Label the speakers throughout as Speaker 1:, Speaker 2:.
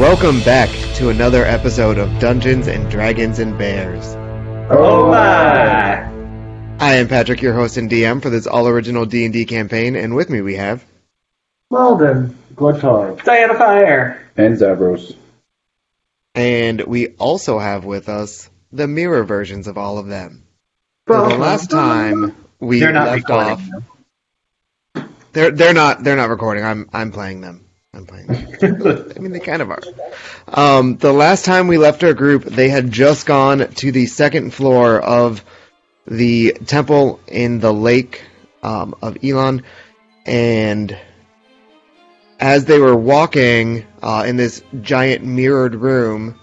Speaker 1: Welcome back to another episode of Dungeons and Dragons and Bears.
Speaker 2: Oh my!
Speaker 1: I am Patrick, your host and DM for this all-original D&D campaign, and with me we have...
Speaker 3: Malden. Glutard.
Speaker 2: Diana Fire!
Speaker 4: And Zavros.
Speaker 1: And we also have with us the mirror versions of all of them. So the last time we
Speaker 2: They're not
Speaker 1: left
Speaker 2: recording.
Speaker 1: off... They're, they're not they're not recording. I'm I'm playing them. I'm playing them. I mean, they kind of are. Um, the last time we left our group, they had just gone to the second floor of the temple in the lake um, of Elon, and as they were walking uh, in this giant mirrored room,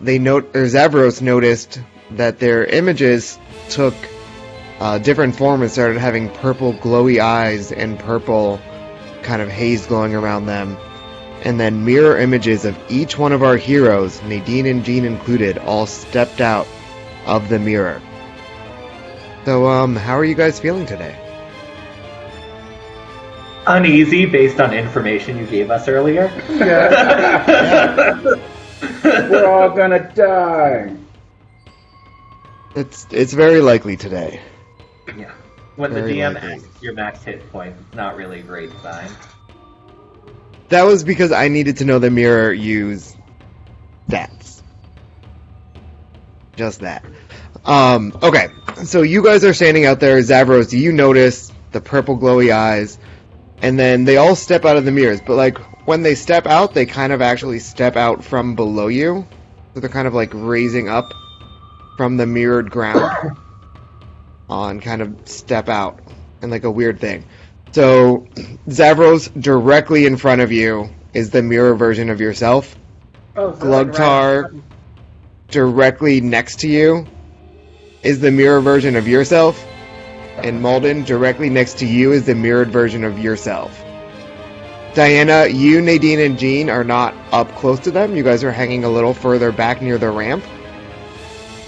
Speaker 1: they note or Zavros noticed that their images took uh, different form and started having purple glowy eyes and purple kind of haze glowing around them. And then mirror images of each one of our heroes, Nadine and Jean included, all stepped out of the mirror. So, um, how are you guys feeling today?
Speaker 2: Uneasy based on information you gave us earlier.
Speaker 4: We're all gonna die.
Speaker 1: It's it's very likely today.
Speaker 2: yeah. When the
Speaker 1: Very
Speaker 2: DM
Speaker 1: likely.
Speaker 2: asks your max hit point, it's not really a great sign.
Speaker 1: That was because I needed to know the mirror use stats. Just that. Um, okay, so you guys are standing out there. Zavros, you notice the purple glowy eyes, and then they all step out of the mirrors. But, like, when they step out, they kind of actually step out from below you. So they're kind of, like, raising up from the mirrored ground on kind of step out and, like, a weird thing. So, Zavros, directly in front of you is the mirror version of yourself.
Speaker 3: Oh,
Speaker 1: Glugtar, directly next to you is the mirror version of yourself. And Malden, directly next to you is the mirrored version of yourself. Diana, you, Nadine, and Jean are not up close to them. You guys are hanging a little further back near the ramp.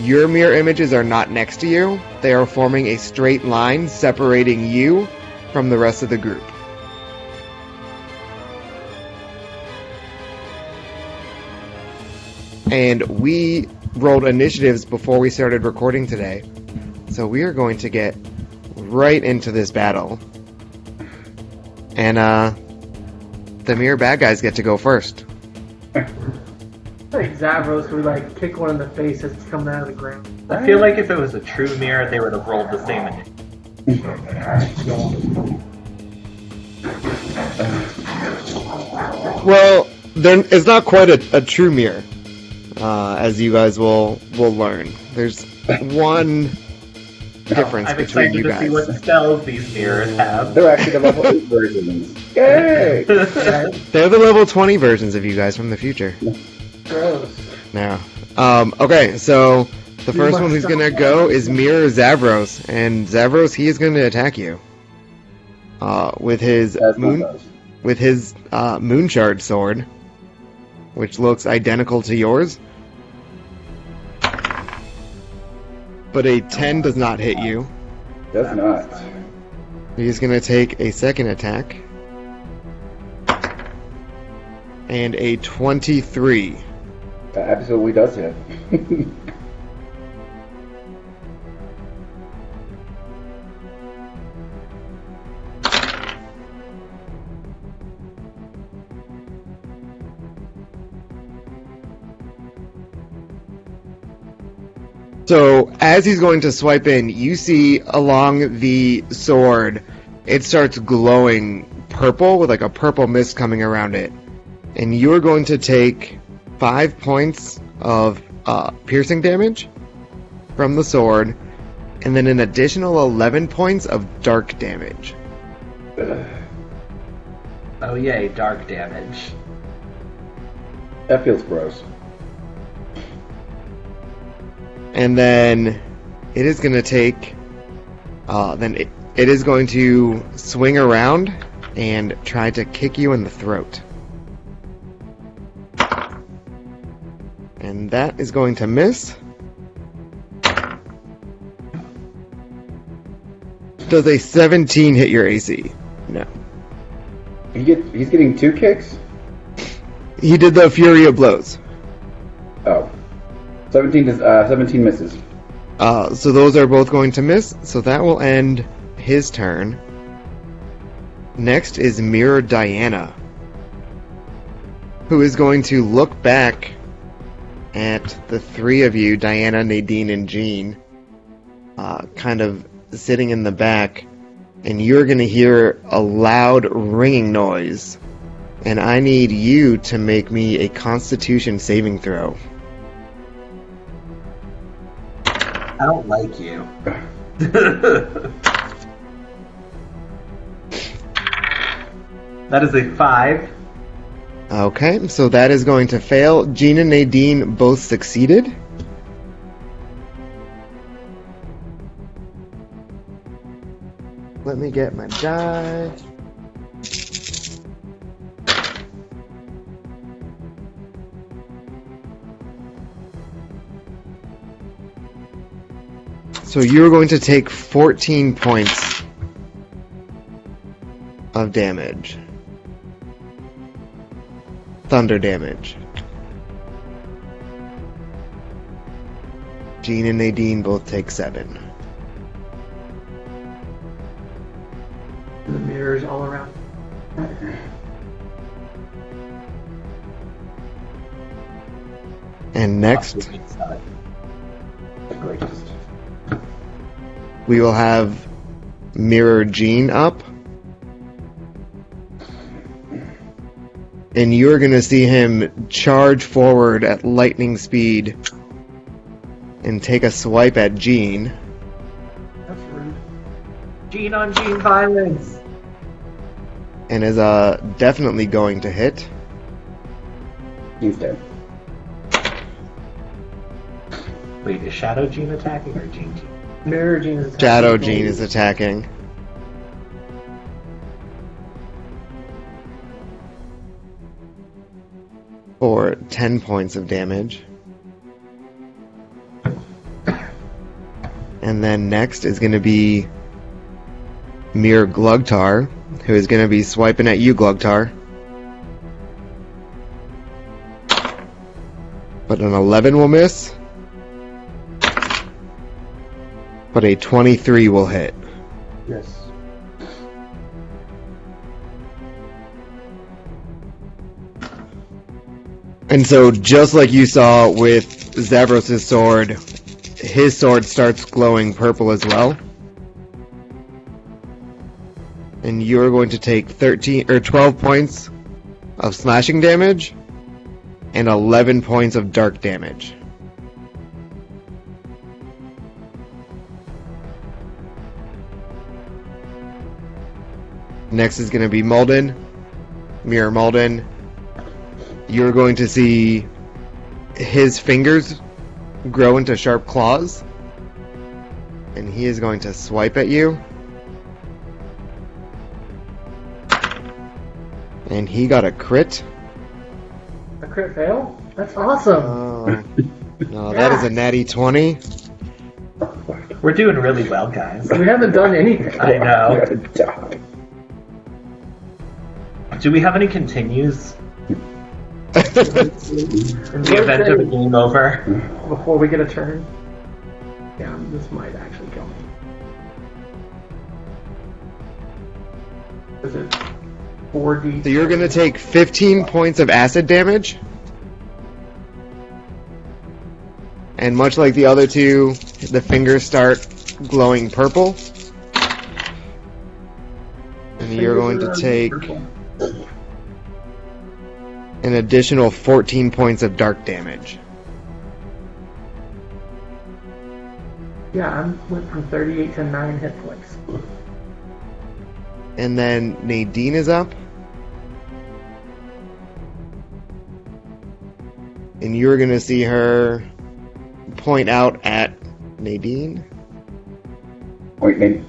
Speaker 1: Your mirror images are not next to you. They are forming a straight line separating you from the rest of the group. And we rolled initiatives before we started recording today. So we are going to get right into this battle. And uh the mirror bad guys get to go first.
Speaker 3: I think Zavros would like kick one in the face as it's coming out of the ground.
Speaker 2: I feel like if it was a true mirror, they would have rolled the same. initiative.
Speaker 1: Well, there it's not quite a, a true mirror. Uh, as you guys will will learn. There's one difference
Speaker 2: I'm
Speaker 1: between
Speaker 2: excited
Speaker 1: you
Speaker 2: to see what
Speaker 1: guys.
Speaker 2: spells these mirrors have.
Speaker 4: They're actually the level 8 versions. Yay!
Speaker 1: They're the level 20 versions of you guys from the future.
Speaker 3: Gross.
Speaker 1: No. Um, okay, so the
Speaker 3: You
Speaker 1: first
Speaker 3: must
Speaker 1: one who's
Speaker 3: stop.
Speaker 1: gonna go is Mirror Zavros, and Zavros he is gonna attack you. Uh, with his
Speaker 4: That's
Speaker 1: moon
Speaker 4: not us.
Speaker 1: with his uh, moon shard sword, which looks identical to yours. But a ten does not hit you.
Speaker 4: That's not.
Speaker 1: He's gonna take a second attack. And a twenty-three.
Speaker 4: That absolutely does hit.
Speaker 1: So as he's going to swipe in, you see along the sword, it starts glowing purple with like a purple mist coming around it, and you're going to take five points of uh, piercing damage from the sword, and then an additional eleven points of dark damage.
Speaker 2: Oh yay, dark damage.
Speaker 4: That feels gross.
Speaker 1: and then it is going to take. Uh, then it, it is going to swing around and try to kick you in the throat. And that is going to miss. Does a 17 hit your AC? No.
Speaker 4: He get, he's getting two kicks?
Speaker 1: He did the Fury of Blows.
Speaker 4: Oh. 17, is, uh, 17 misses.
Speaker 1: Uh, so those are both going to miss. So that will end his turn. Next is Mirror Diana, who is going to look back at the three of you Diana, Nadine, and Jean, uh, kind of sitting in the back. And you're going to hear a loud ringing noise. And I need you to make me a constitution saving throw.
Speaker 5: I don't like you.
Speaker 2: That is a five.
Speaker 1: Okay, so that is going to fail. Gene and Nadine both succeeded. Let me get my die. So you're going to take 14 points of damage. Thunder damage. Gene and Nadine both take 7.
Speaker 3: The mirrors all around.
Speaker 1: And next,
Speaker 4: Greatest.
Speaker 1: we will have Mirror Gene up. And you're going to see him charge forward at lightning speed and take a swipe at Gene.
Speaker 3: That's rude. Gene on Gene violence.
Speaker 1: and is uh, definitely going to hit.
Speaker 4: He's dead.
Speaker 2: Wait, is Shadow Gene attacking or Gene Gene?
Speaker 3: Mirror Gene is attacking.
Speaker 1: Shadow Gene is attacking. For 10 points of damage. And then next is going to be Mir Glugtar, who is going to be swiping at you, Glugtar. But an 11 will miss. but a 23 will hit.
Speaker 4: Yes.
Speaker 1: And so, just like you saw with Zavros' sword, his sword starts glowing purple as well. And you're going to take 13 or 12 points of slashing damage and 11 points of dark damage. Next is going to be Malden, Mirror Malden. You're going to see his fingers grow into sharp claws, and he is going to swipe at you. And he got a crit.
Speaker 3: A crit fail? That's awesome.
Speaker 1: Oh, no, that is a natty 20.
Speaker 2: We're doing really well, guys.
Speaker 3: we haven't done anything.
Speaker 2: I know.
Speaker 4: Gotta die.
Speaker 2: Do we have any continues? In the
Speaker 3: We're
Speaker 2: event of a
Speaker 3: saying-
Speaker 2: game
Speaker 6: Mm-hmm.
Speaker 2: over?
Speaker 3: Before we get a turn. Yeah, this might actually kill me. Is it 4D?
Speaker 1: so you're going to take 15 points of acid damage. And much like the other two, the fingers start glowing purple. And you're going to take an additional 14 points of dark damage.
Speaker 3: Yeah, I went from 38 to 9 hit points.
Speaker 1: And then Nadine is up. And you're going to see her point out at Nadine.
Speaker 4: Wait, Nadine.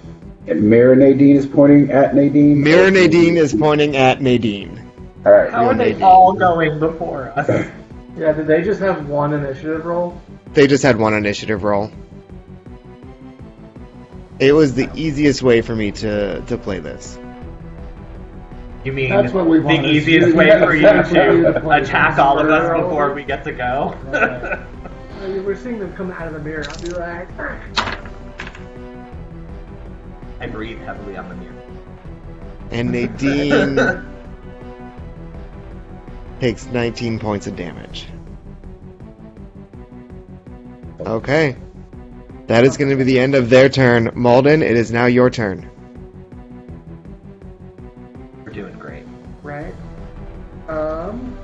Speaker 4: Mirror Nadine is pointing at Nadine?
Speaker 1: Mirror Nadine is pointing at Nadine.
Speaker 4: Alright.
Speaker 2: How are they all going before us?
Speaker 3: Yeah, did they just have one initiative roll?
Speaker 1: They just had one initiative roll. It was the easiest way for me to, to play this.
Speaker 2: You mean
Speaker 6: That's what we
Speaker 2: the
Speaker 6: wanted.
Speaker 2: easiest
Speaker 6: Yeah,
Speaker 2: way for you
Speaker 6: that's what we
Speaker 2: to
Speaker 6: wanted.
Speaker 2: attack all of us before we get to go?
Speaker 3: I mean, we're seeing them come out of the mirror. I'll be like,
Speaker 5: I breathe heavily on the mirror.
Speaker 1: And Nadine takes 19 points of damage. Okay. That is going to be the end of their turn. Malden, it is now your turn.
Speaker 5: We're doing great.
Speaker 3: right? Um.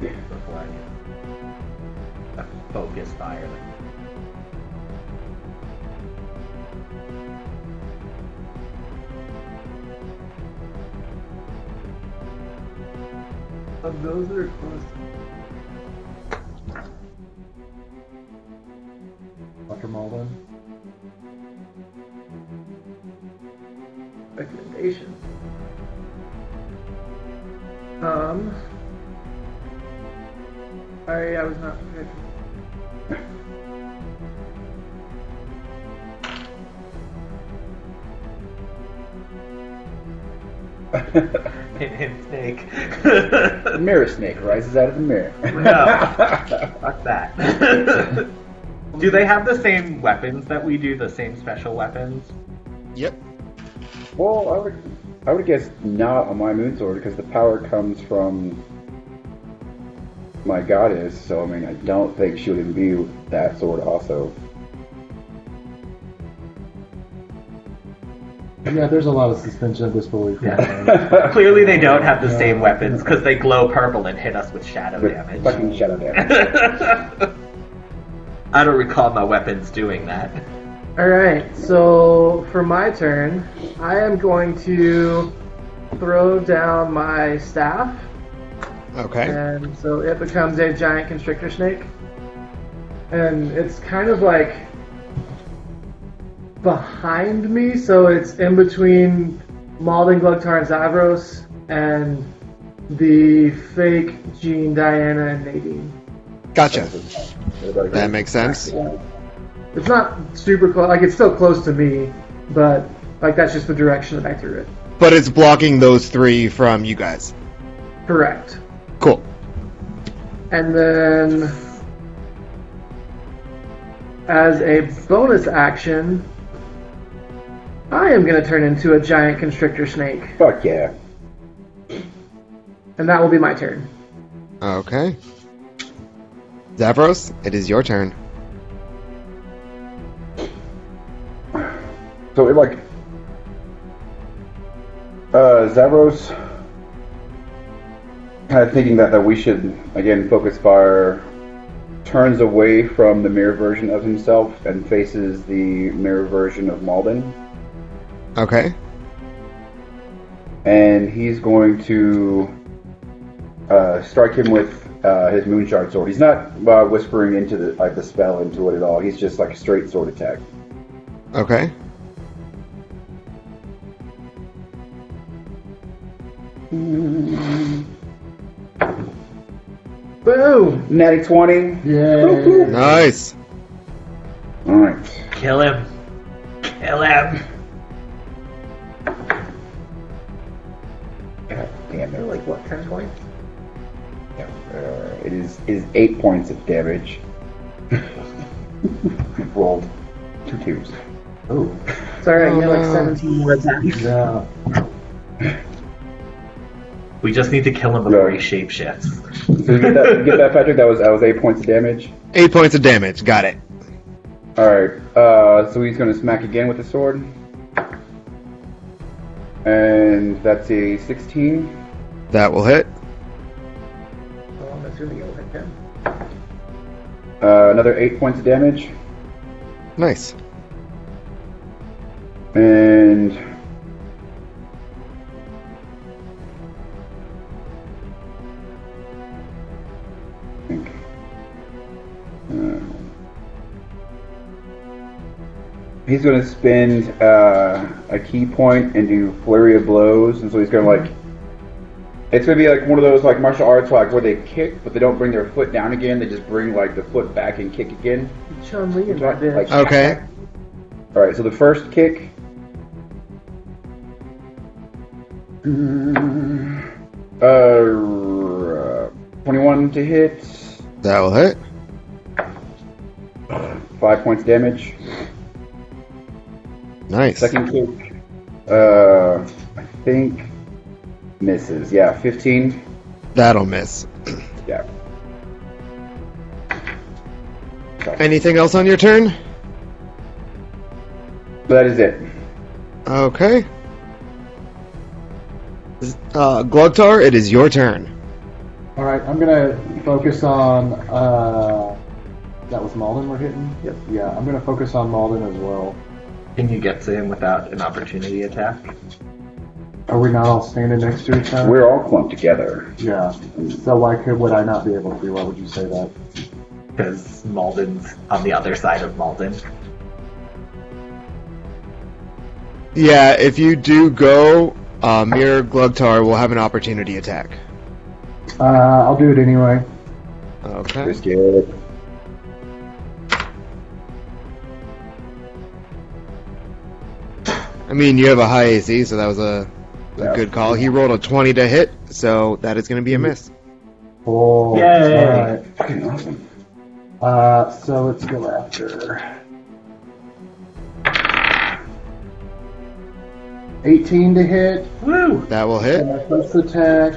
Speaker 5: Before I do a focus fire.
Speaker 3: Of those that are close,
Speaker 2: Dr. Malden?
Speaker 3: recommendation. Um. Sorry, I was not prepared.
Speaker 2: Oh. Him snake.
Speaker 4: The mirror snake rises out of the mirror.
Speaker 2: No. Fuck that. do they have the same weapons that we do? The same special weapons?
Speaker 1: Yep.
Speaker 4: well, I would, I would guess not on my moon sword because the power comes from my goddess. So I mean, I don't think she would imbue that sword also.
Speaker 6: Yeah, there's a lot of suspension of disbelief.
Speaker 2: Yeah. Clearly, they don't have the same weapons because they glow purple and hit us with shadow
Speaker 4: With
Speaker 2: damage.
Speaker 4: fucking shadow damage.
Speaker 5: I don't recall my weapons doing that.
Speaker 3: Alright, so for my turn, I am going to throw down my staff,
Speaker 1: Okay.
Speaker 3: and so it becomes a giant constrictor snake. And it's kind of like behind me, so it's in between Malden, Glugtar, and Zavros, and the fake Jean, Diana, and Nadine.
Speaker 1: Gotcha. That makes sense.
Speaker 3: It's not super close. Like it's still close to me, but like that's just the direction that I threw it.
Speaker 1: But it's blocking those three from you guys.
Speaker 3: Correct.
Speaker 1: Cool.
Speaker 3: And then, as a bonus action, I am going to turn into a giant constrictor snake,
Speaker 4: Fuck yeah.
Speaker 3: and that will be my turn.
Speaker 1: Okay. Zavros, it is your turn.
Speaker 4: So it like uh Zavros kind of thinking that, that we should again focus fire turns away from the mirror version of himself and faces the mirror version of Malden.
Speaker 1: Okay.
Speaker 4: And he's going to uh, strike him with uh, his moonshard sword. He's not uh, whispering into the like the spell into it at all. He's just like a straight sword attack.
Speaker 1: Okay.
Speaker 3: Boom!
Speaker 4: Natty twenty.
Speaker 6: Yeah.
Speaker 1: Nice.
Speaker 4: All right.
Speaker 2: Kill him. Kill him.
Speaker 4: God damn it.
Speaker 3: Like what? Ten points.
Speaker 4: Uh, it is it is eight points of damage. Rolled two twos.
Speaker 5: Ooh.
Speaker 3: Sorry, I
Speaker 1: Oh,
Speaker 3: get like
Speaker 1: no.
Speaker 3: seventeen more attacks.
Speaker 6: Yeah.
Speaker 2: We just need to kill him before he shapeshifts.
Speaker 4: So you get that, you get that, Patrick? That was that was eight points of damage.
Speaker 1: Eight points of damage. Got it.
Speaker 4: All right. Uh, so he's going to smack again with the sword, and that's a sixteen.
Speaker 1: That will hit.
Speaker 3: Oh, I'm assuming it'll hit him.
Speaker 4: Uh, another eight points of damage,
Speaker 1: Nice.
Speaker 4: and I think. Uh, He's going to spend uh, a key point and do flurry of blows, and so he's going to like. It's going to be like one of those like martial arts like where they kick, but they don't bring their foot down again. They just bring like the foot back and kick again.
Speaker 3: Chun Li and
Speaker 4: Like,
Speaker 3: that bitch.
Speaker 4: like,
Speaker 1: Okay.
Speaker 4: All right, so the first kick. Uh, 21 to hit,
Speaker 1: That will hit.
Speaker 4: 5 points damage.
Speaker 1: Nice.
Speaker 4: Second kick, uh, I think misses. Yeah, 15.
Speaker 1: That'll miss.
Speaker 4: Yeah.
Speaker 1: Anything else on your turn?
Speaker 4: That is it.
Speaker 1: Okay. Uh, Glugtar, it is your turn.
Speaker 6: All right, I'm gonna focus on. Uh, that was Malden we're hitting. Yep. Yeah, I'm gonna focus on Malden as well.
Speaker 5: Can you get to him without an opportunity attack?
Speaker 6: Are we not all standing next to each other?
Speaker 4: We're all clumped together.
Speaker 6: yeah. So why could would I not be able to? Why would you say that?
Speaker 5: Because Malden's on the other side of Malden.
Speaker 1: Yeah, if you do go, uh, Mirror Glugtar will have an opportunity attack.
Speaker 6: Uh, I'll do it anyway.
Speaker 1: Okay.
Speaker 4: Just get it.
Speaker 1: I mean, you have a high AC, so that was a, a
Speaker 4: Yeah.
Speaker 1: good call. He rolled a 20 to hit, so that is going to be a miss.
Speaker 6: Oh,
Speaker 2: Yay.
Speaker 6: all right.
Speaker 4: Fucking awesome.
Speaker 6: Uh, so let's go after. 18 to hit.
Speaker 2: Woo!
Speaker 1: That will hit.
Speaker 6: Uh, first attack.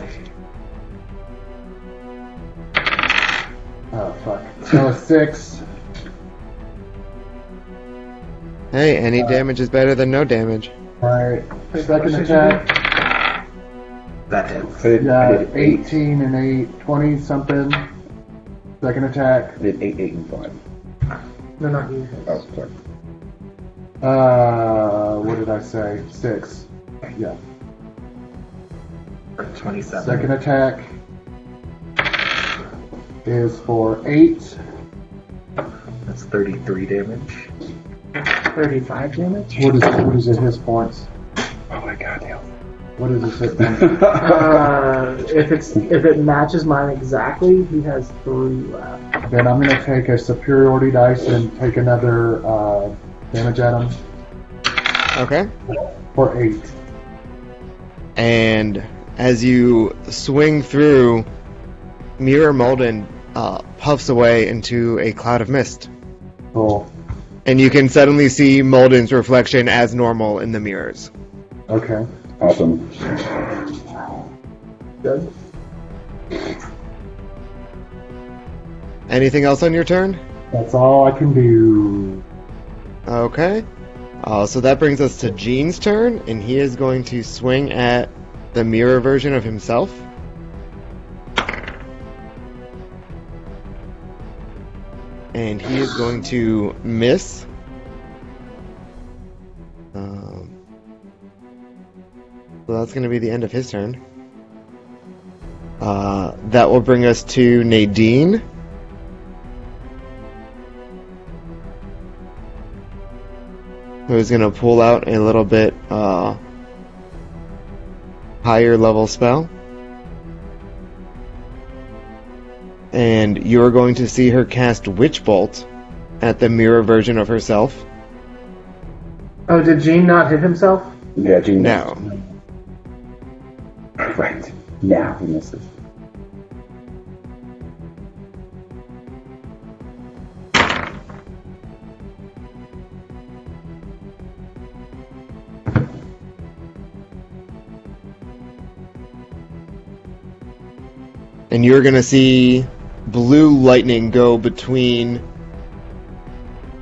Speaker 6: Oh, fuck. So a 6.
Speaker 1: Hey, any damage is better than no damage.
Speaker 6: Alright. Second attack.
Speaker 5: That hits.
Speaker 4: I did, I
Speaker 6: Got
Speaker 4: did 8.
Speaker 6: 18 and 8. 20 something. Second attack.
Speaker 4: I did 8, 8, and 5.
Speaker 3: No, not you.
Speaker 4: Oh, sorry.
Speaker 6: Uh, what did I say? 6. Yeah.
Speaker 5: For 27.
Speaker 6: Second attack is for 8.
Speaker 5: That's 33 damage.
Speaker 3: 35 damage?
Speaker 6: What is what is it? His points.
Speaker 4: Oh my god, hell.
Speaker 6: What is his hit points?
Speaker 3: Uh, if it's if it matches mine exactly, he has three left.
Speaker 6: Then I'm gonna take a superiority dice and take another uh, damage at him
Speaker 1: Okay.
Speaker 6: for eight.
Speaker 1: and as you swing through, Mirror Molden uh, puffs away into a cloud of mist,
Speaker 6: Cool.
Speaker 1: and you can suddenly see Molden's reflection as normal in the mirrors.
Speaker 6: Okay.
Speaker 4: awesome.
Speaker 3: Good.
Speaker 1: Anything else on your turn?
Speaker 6: That's all I can do.
Speaker 1: Okay. Uh, so that brings us to Gene's turn, and he is going to swing at the mirror version of himself. And he is going to miss. Um, so that's going to be the end of his turn. Uh, that will bring us to Nadine. who's going to pull out a little bit uh, higher level spell. And you're going to see her cast Witch Bolt at the mirror version of herself.
Speaker 3: Oh, did Gene not hit himself?
Speaker 4: Yeah, genius.
Speaker 1: Now,
Speaker 4: Right. Now he misses.
Speaker 1: and you're going to see blue lightning go between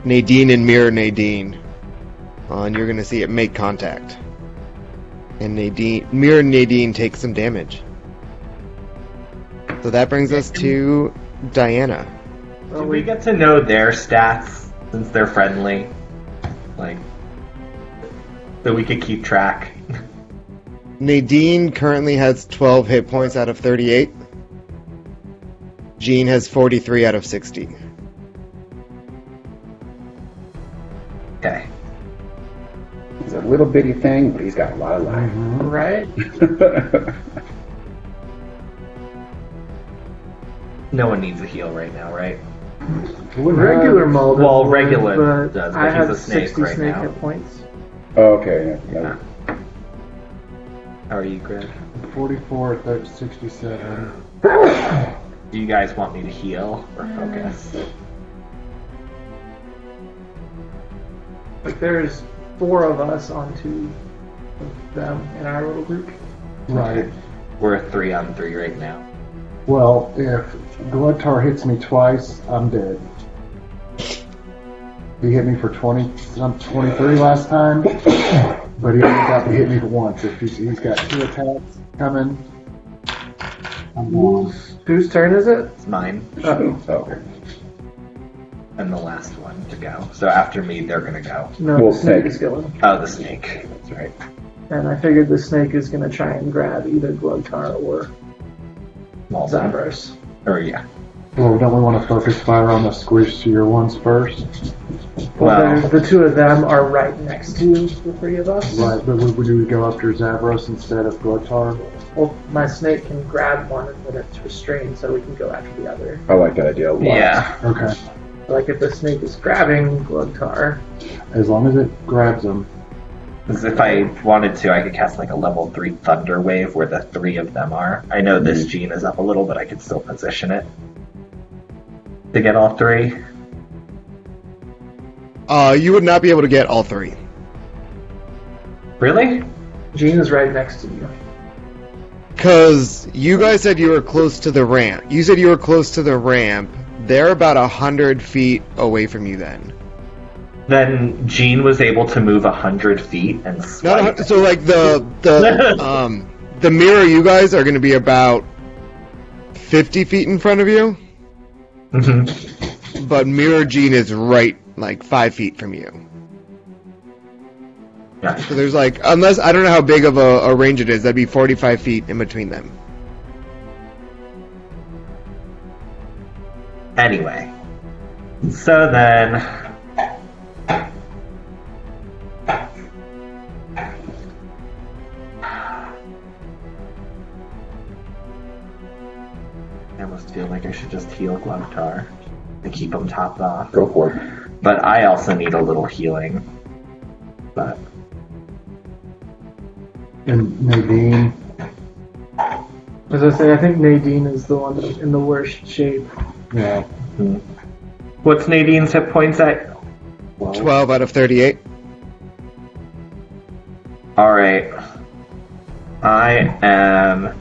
Speaker 1: Nadine and Mirror Nadine. Uh, and you're going to see it make contact. And Nadine, Mirror Nadine takes some damage. So that brings us to Diana.
Speaker 2: Do
Speaker 3: Oh,
Speaker 2: we
Speaker 3: wait.
Speaker 2: get to know their stats since they're friendly?
Speaker 5: Like, so we could keep track.
Speaker 1: Nadine currently has 12 hit points out of 38. Jean has 43 out of 60.
Speaker 5: Okay.
Speaker 4: It's a little bitty thing, but he's got a lot of
Speaker 3: Right?
Speaker 4: life.
Speaker 5: No one needs a heal right now, right?
Speaker 3: Regular
Speaker 6: Uh,
Speaker 3: Malden.
Speaker 2: well,
Speaker 3: would,
Speaker 2: regular
Speaker 3: but
Speaker 2: does, but
Speaker 3: I
Speaker 2: he's
Speaker 3: have
Speaker 2: a snake
Speaker 3: 60
Speaker 2: right
Speaker 3: snake
Speaker 2: now.
Speaker 3: hit points.
Speaker 4: Oh, okay. Yeah, yeah.
Speaker 2: How are you, Greg?
Speaker 6: 44, 30, 67.
Speaker 2: Do you guys want me to heal or focus?
Speaker 3: But there's four of us on two of them in our little group.
Speaker 6: Right.
Speaker 2: We're three on three right now.
Speaker 6: Well, if Glutar hits me twice, I'm dead. He hit me for 20, some 23 last time, but he only got to hit me once. If he's, he's got two attacks coming, I'm gone.
Speaker 3: Whose turn is it?
Speaker 2: It's mine
Speaker 3: Oh,
Speaker 4: Oh, okay.
Speaker 2: and the last one to go. So after me, they're gonna go.
Speaker 3: no,
Speaker 4: Well,
Speaker 3: the snake
Speaker 4: snake.
Speaker 3: is going.
Speaker 2: Oh, the snake. That's right.
Speaker 3: And I figured the snake is going to try and grab either Glugtar or
Speaker 2: Malzabra.
Speaker 3: Zavros.
Speaker 2: Or yeah.
Speaker 6: Well, don't we want to focus fire on the squish to your ones first?
Speaker 3: Well,
Speaker 2: Well-
Speaker 3: there's- the two of them are right next to the three of us.
Speaker 6: Right, but would, would we go after Zavros instead of Glutar?
Speaker 3: Well, my snake can grab one and put it to restrain so we can go after the other.
Speaker 4: I like that idea a lot.
Speaker 2: Yeah.
Speaker 6: Okay.
Speaker 3: Like if the snake is grabbing Glugtar,
Speaker 6: As long as it grabs him.
Speaker 2: Because if I wanted to, I could cast like a level three thunder wave where the three of them are. I know this gene is up a little, but I could still position it to get all three.
Speaker 1: Uh, you would not be able to get all three.
Speaker 2: Really?
Speaker 3: Gene is right next to you.
Speaker 1: Because you guys said you were close to the ramp. You said you were close to the ramp. They're about a hundred feet away from you. Then
Speaker 2: Then Gene was able to move a hundred feet
Speaker 1: not
Speaker 2: and
Speaker 1: a
Speaker 2: swipe.
Speaker 1: hun- so like the the um the mirror. You guys are going to be about fifty feet in front of you,
Speaker 2: Mhm.
Speaker 1: but mirror Gene is right like five feet from you.
Speaker 2: Yeah.
Speaker 1: So there's like unless I don't know how big of a, a range it is. That'd be forty five feet in between them.
Speaker 2: Anyway, so then. I almost feel like I should just heal Glumptar to keep him topped off.
Speaker 4: Go for it.
Speaker 2: But I also need a little healing. But
Speaker 6: And Nadine.
Speaker 3: As I say, I think Nadine is the one that's in the worst shape.
Speaker 6: Yeah.
Speaker 2: what's Nadine's hit points at?
Speaker 1: Twelve out of thirty eight.
Speaker 2: All right. I am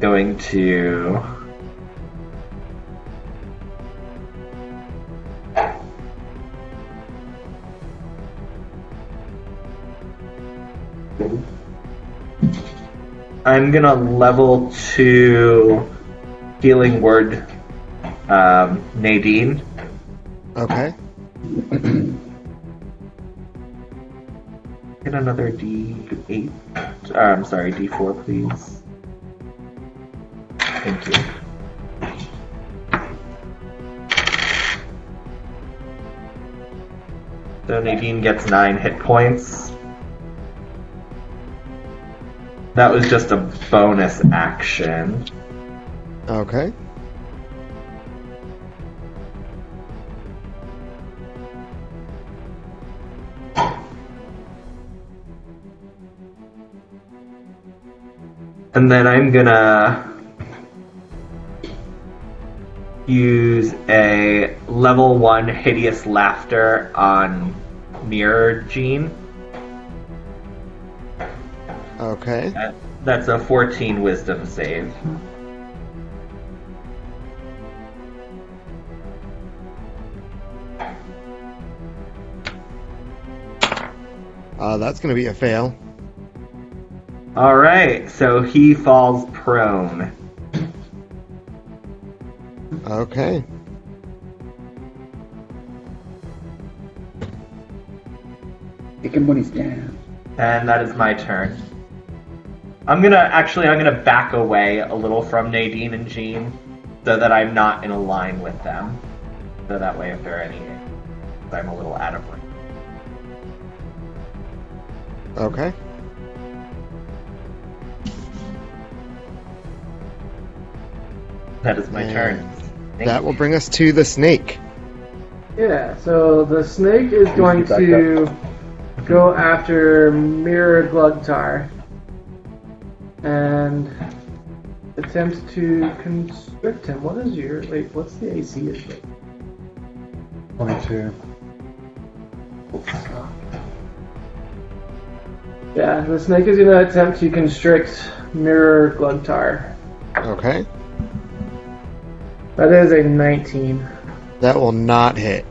Speaker 2: going to I'm gonna level two healing word um, Nadine
Speaker 1: Okay.
Speaker 2: Get another D8. Uh, I'm sorry, D4, please. Thank you. So Nadine gets 9 hit points. That was just a bonus action.
Speaker 1: Okay.
Speaker 2: And then I'm gonna use a level one hideous laughter on mirror gene.
Speaker 1: Okay.
Speaker 2: That- That's a 14 wisdom save.
Speaker 1: Uh, that's going to be a fail.
Speaker 2: All right, so he falls prone.
Speaker 1: Okay.
Speaker 4: Kick him when he's down.
Speaker 2: And that is my turn. I'm gonna actually I'm gonna back away a little from Nadine and Jean so that I'm not in a line with them. So that way if they're any I'm a little out of range.
Speaker 1: Okay.
Speaker 2: That is my
Speaker 1: Yeah.
Speaker 2: turn.
Speaker 1: That will bring us to the snake.
Speaker 3: Yeah, so the snake is going
Speaker 4: get back
Speaker 3: to go after Mirror Glugtar and attempt to constrict him. What is your wait? What's the AC? of it?
Speaker 6: 22.
Speaker 3: Yeah, the snake is going to attempt to constrict Mirror Glugtar.
Speaker 1: Okay.
Speaker 3: That is a 19.
Speaker 1: That will not hit.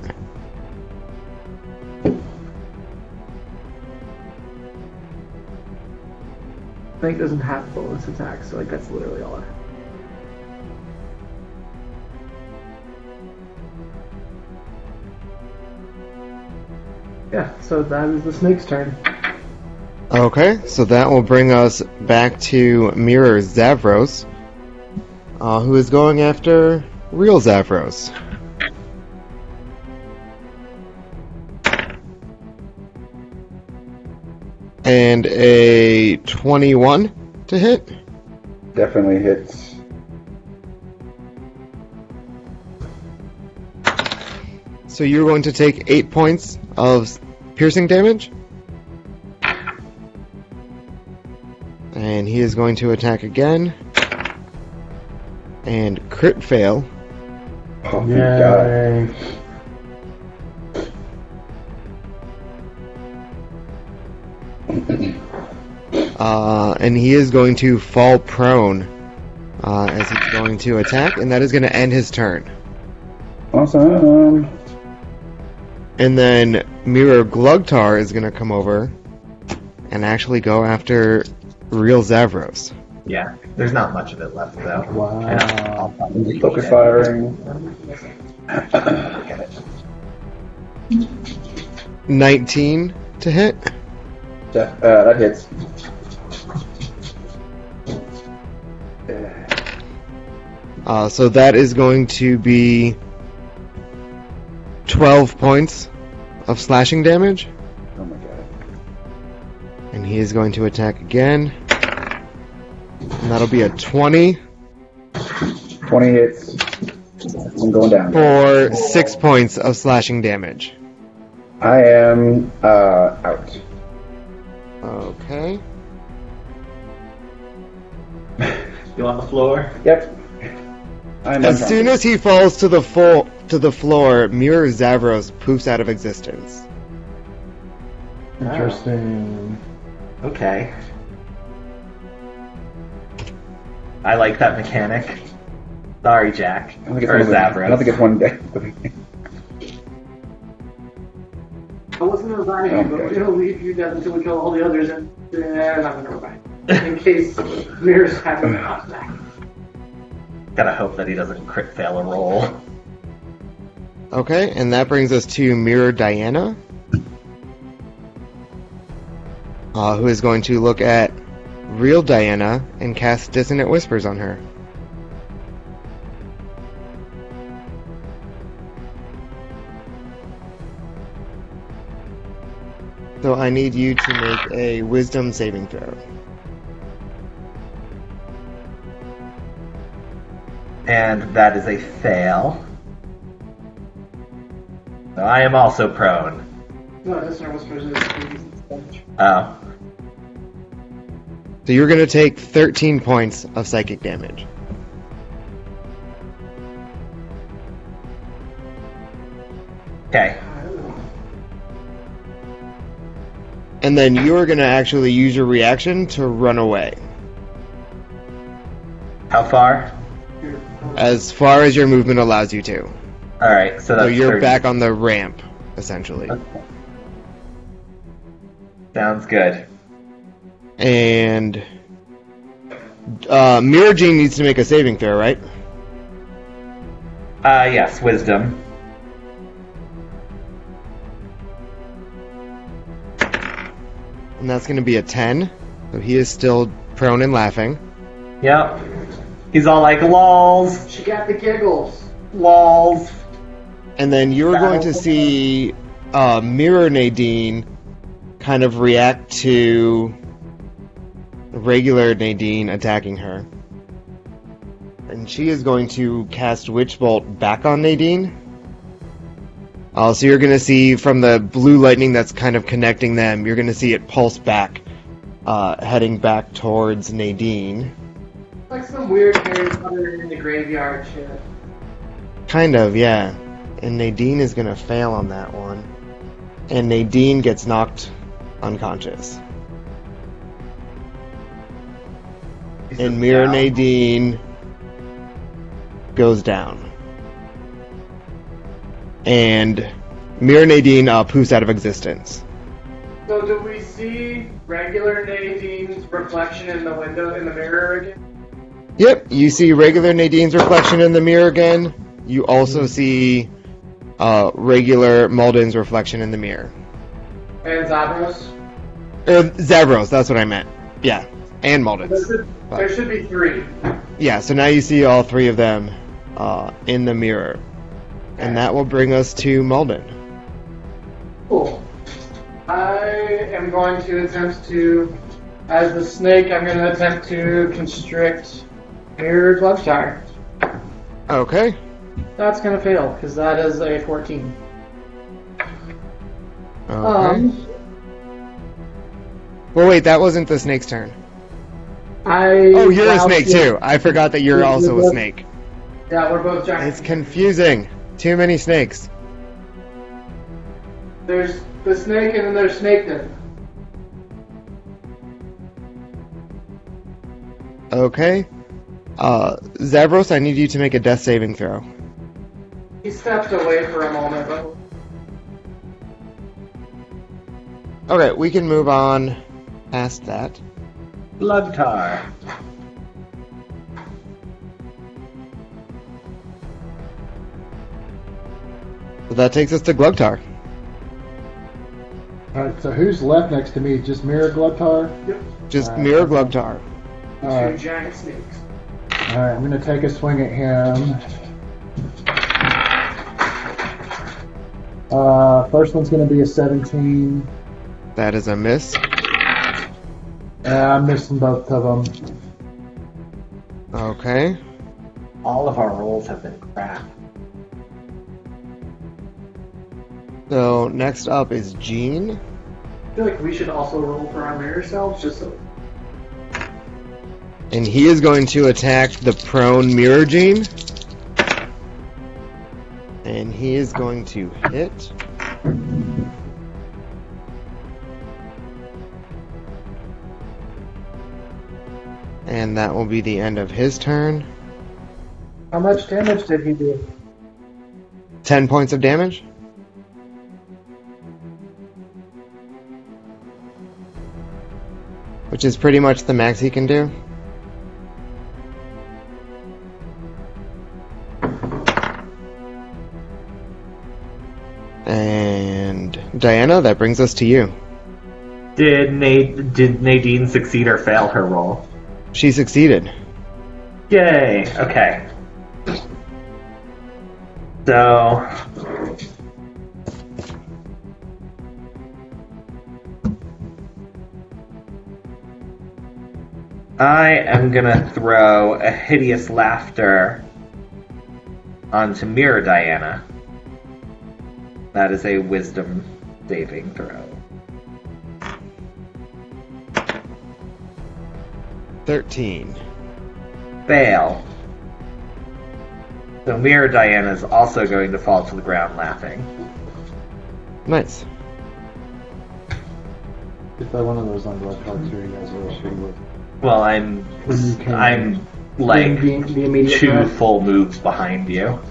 Speaker 3: Snake doesn't have bonus attacks, so like that's literally all. I have. Yeah, so that is the snake's turn.
Speaker 1: Okay, so that will bring us back to Mirror Zavros, uh, who is going after real Zavros. And a 21 to hit.
Speaker 4: Definitely hits.
Speaker 1: So you're going to take 8 points of piercing damage. And he is going to attack again. And crit fail.
Speaker 4: Oh my god.
Speaker 6: Yay.
Speaker 1: Uh, and he is going to fall prone uh, as he's going to attack, and that is going to end his turn.
Speaker 4: Awesome.
Speaker 1: And then Mirror Glugtar is going to come over and actually go after real Zavros.
Speaker 2: Yeah, there's not much of it left though.
Speaker 6: Wow.
Speaker 2: And I'll, I'll probably eat
Speaker 4: Focus
Speaker 2: it.
Speaker 4: firing.
Speaker 2: Look at it.
Speaker 1: 19 to hit,
Speaker 4: Def- uh, that hits.
Speaker 1: uh, so that is going to be 12 points of slashing damage.
Speaker 4: Oh my god.
Speaker 1: And he is going to attack again. And that'll be a 20
Speaker 4: Twenty hits. I'm going down.
Speaker 1: for 6 points of slashing damage.
Speaker 4: I am uh, out.
Speaker 1: Okay.
Speaker 5: You on the floor?
Speaker 4: Yep. I'm
Speaker 1: As soon as he falls to the full to the floor, Mirror Zavros poofs out of existence.
Speaker 6: Interesting.
Speaker 2: Okay. I like that mechanic. Sorry, Jack.
Speaker 4: I don't think it's
Speaker 2: Or
Speaker 4: one of the- I don't think
Speaker 2: Zavros.
Speaker 4: it's one day.
Speaker 3: I wasn't resigning,
Speaker 4: Okay.
Speaker 3: but we're gonna leave you guys until we kill all the others, and then I'm gonna resign in case mirrors haven't come back.
Speaker 2: Gotta hope that he doesn't crit fail a roll.
Speaker 1: Okay, and that brings us to Mirror Diana, uh, who is going to look at real Diana and cast Dissonant Whispers on her. So I need you to make a Wisdom saving throw.
Speaker 2: And that is a fail. So I am also prone.
Speaker 3: No, this one was supposed to
Speaker 2: Oh.
Speaker 1: So you're going to take 13 points of psychic damage.
Speaker 2: Okay.
Speaker 1: And then you're going to actually use your reaction to run away.
Speaker 2: How far?
Speaker 1: As far as your movement allows you to.
Speaker 2: Alright, so that's
Speaker 1: So you're
Speaker 2: 30.
Speaker 1: back on the ramp, essentially.
Speaker 2: Sounds good.
Speaker 1: And. Uh, Mirror Gene needs to make a saving throw, right?
Speaker 2: Uh, yes, wisdom.
Speaker 1: And that's going to be a 10. So he is still prone and laughing.
Speaker 2: Yep. He's all like, lols,
Speaker 3: She got the giggles.
Speaker 2: lols.
Speaker 1: And then you're going to see uh, Mirror Nadine kind of react to regular Nadine attacking her. and she is going to cast Witch Bolt back on Nadine. Uh, so you're going to see from the blue lightning that's kind of connecting them, you're going to see it pulse back, uh, heading back towards Nadine.
Speaker 3: Like some weird Harry Potter in the graveyard shit.
Speaker 1: Kind of, yeah. And Nadine is going to fail on that one. And Nadine gets knocked unconscious. And Mirror Nadine goes down. And Mirror Nadine uh, poofs out of existence.
Speaker 3: So do we see regular Nadine's reflection in the window in the mirror again?
Speaker 1: Yep, you see regular Nadine's reflection in the mirror again. You also see uh, regular Malden's reflection in the mirror.
Speaker 3: And Zavros?
Speaker 1: Er, Zavros, that's what I meant. Yeah, and
Speaker 3: There
Speaker 1: Malden's.
Speaker 3: should, there should be three.
Speaker 1: Yeah, so now you see all three of them uh, in the mirror. And that will bring us to Malden.
Speaker 3: Cool. I am going to attempt to, as the snake, I'm going to attempt to constrict Mirror Gloveshire.
Speaker 1: Okay.
Speaker 3: That's going to fail, because that is a 14.
Speaker 1: okay.
Speaker 3: Um,
Speaker 1: Uh-huh. well, wait, that wasn't the snake's turn.
Speaker 3: I.
Speaker 1: Oh, you're a snake too. I forgot that you're also a snake.
Speaker 3: Yeah, we're both giants.
Speaker 1: It's confusing. Too many snakes.
Speaker 3: There's the snake and then there's snake then.
Speaker 1: Okay. Uh, Zavros, I need you to make a death saving throw.
Speaker 3: He stepped away for a moment, but
Speaker 1: Okay, we can move on past that.
Speaker 2: Blood tar.
Speaker 1: But that takes us to Glugtar.
Speaker 6: Alright, so who's left next to me? Just Mirror Glutar?
Speaker 1: Just
Speaker 6: Uh,
Speaker 1: mirror Glugtar.
Speaker 3: two
Speaker 6: Alright,
Speaker 3: giant snakes.
Speaker 6: alright, I'm gonna take a swing at him. Uh, first one's gonna be a 17.
Speaker 1: That is a miss.
Speaker 6: Uh, I'm missing both of them.
Speaker 1: Okay.
Speaker 2: All of our rolls have been crap.
Speaker 1: So next up is Jean.
Speaker 3: I feel like we should also roll for our mirror selves, just so.
Speaker 1: And he is going to attack the prone mirror Jean. And he is going to hit. And that will be the end of his turn.
Speaker 3: How much damage did he do?
Speaker 1: 10 points of damage. Which is pretty much the max he can do. And Diana, that brings us to you.
Speaker 2: Did Nad- did Nadine succeed or fail her roll?
Speaker 1: She succeeded.
Speaker 2: Yay. Okay. So. I am gonna throw a hideous laughter onto Mirror Diana. That is a wisdom saving throw.
Speaker 1: 13.
Speaker 2: Fail. So Mirror Diana is also going to fall to the ground laughing.
Speaker 1: Nice.
Speaker 6: Just by one of those on Glutar, too, you guys are really good.
Speaker 2: Well, I'm
Speaker 6: When you came
Speaker 2: I'm like
Speaker 3: the, the immediate
Speaker 2: two
Speaker 3: threat?
Speaker 2: full moves behind you.
Speaker 6: when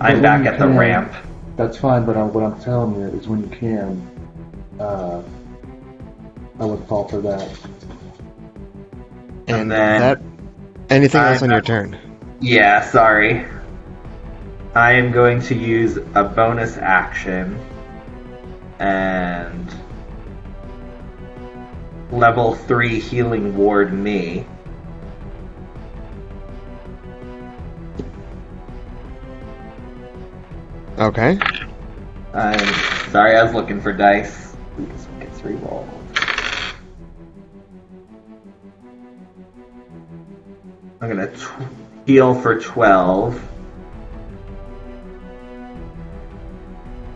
Speaker 2: I'm back
Speaker 6: you
Speaker 2: at the
Speaker 6: came-
Speaker 2: ramp.
Speaker 6: That's fine, but i what I'm telling you is when you can, uh, I would fall for that.
Speaker 1: And,
Speaker 2: And then-
Speaker 1: that. Anything else
Speaker 2: I-
Speaker 1: on your turn?
Speaker 2: Yeah, sorry. I am going to use a bonus action and level 3 healing ward me.
Speaker 1: Okay.
Speaker 2: I'm sorry, I was looking for dice. This one gets re-rolled. I'm gonna tw- heal for 12.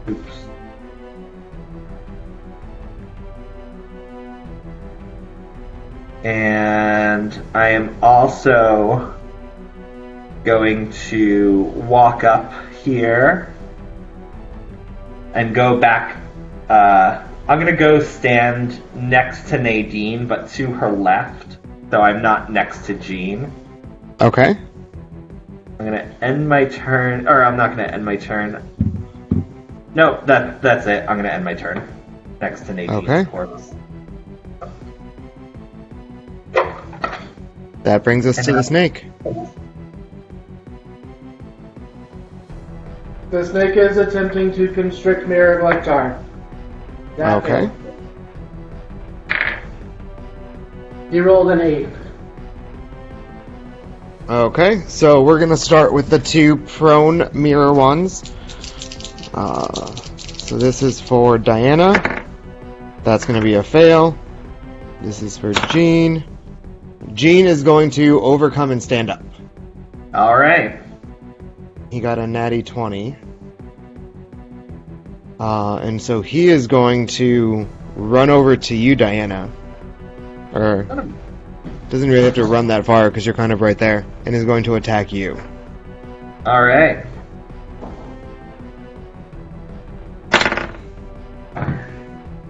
Speaker 2: Oops. And I am also going to walk up here and go back. Uh, I'm going to go stand next to Nadine, but to her left, so I'm not next to Jean.
Speaker 1: Okay.
Speaker 2: I'm gonna end my turn, or I'm not gonna end my turn. No, that that's it. I'm gonna end my turn next to Nadine's
Speaker 1: Okay.
Speaker 2: corpse.
Speaker 1: That brings us to the snake.
Speaker 3: The snake is attempting to constrict Mirror of Lifetime. That
Speaker 1: Okay.
Speaker 3: failed. He rolled an eight.
Speaker 1: Okay, so we're gonna start with the two prone mirror ones. Uh, so this is for Diana. That's gonna be a fail. This is for Jean. Jean is going to overcome and stand up.
Speaker 2: All right.
Speaker 1: He got a natty 20. Uh, and so he is going to run over to you, Diana. Or. Doesn't really have to run that far because you're kind of right there. And is going to attack you.
Speaker 2: All right.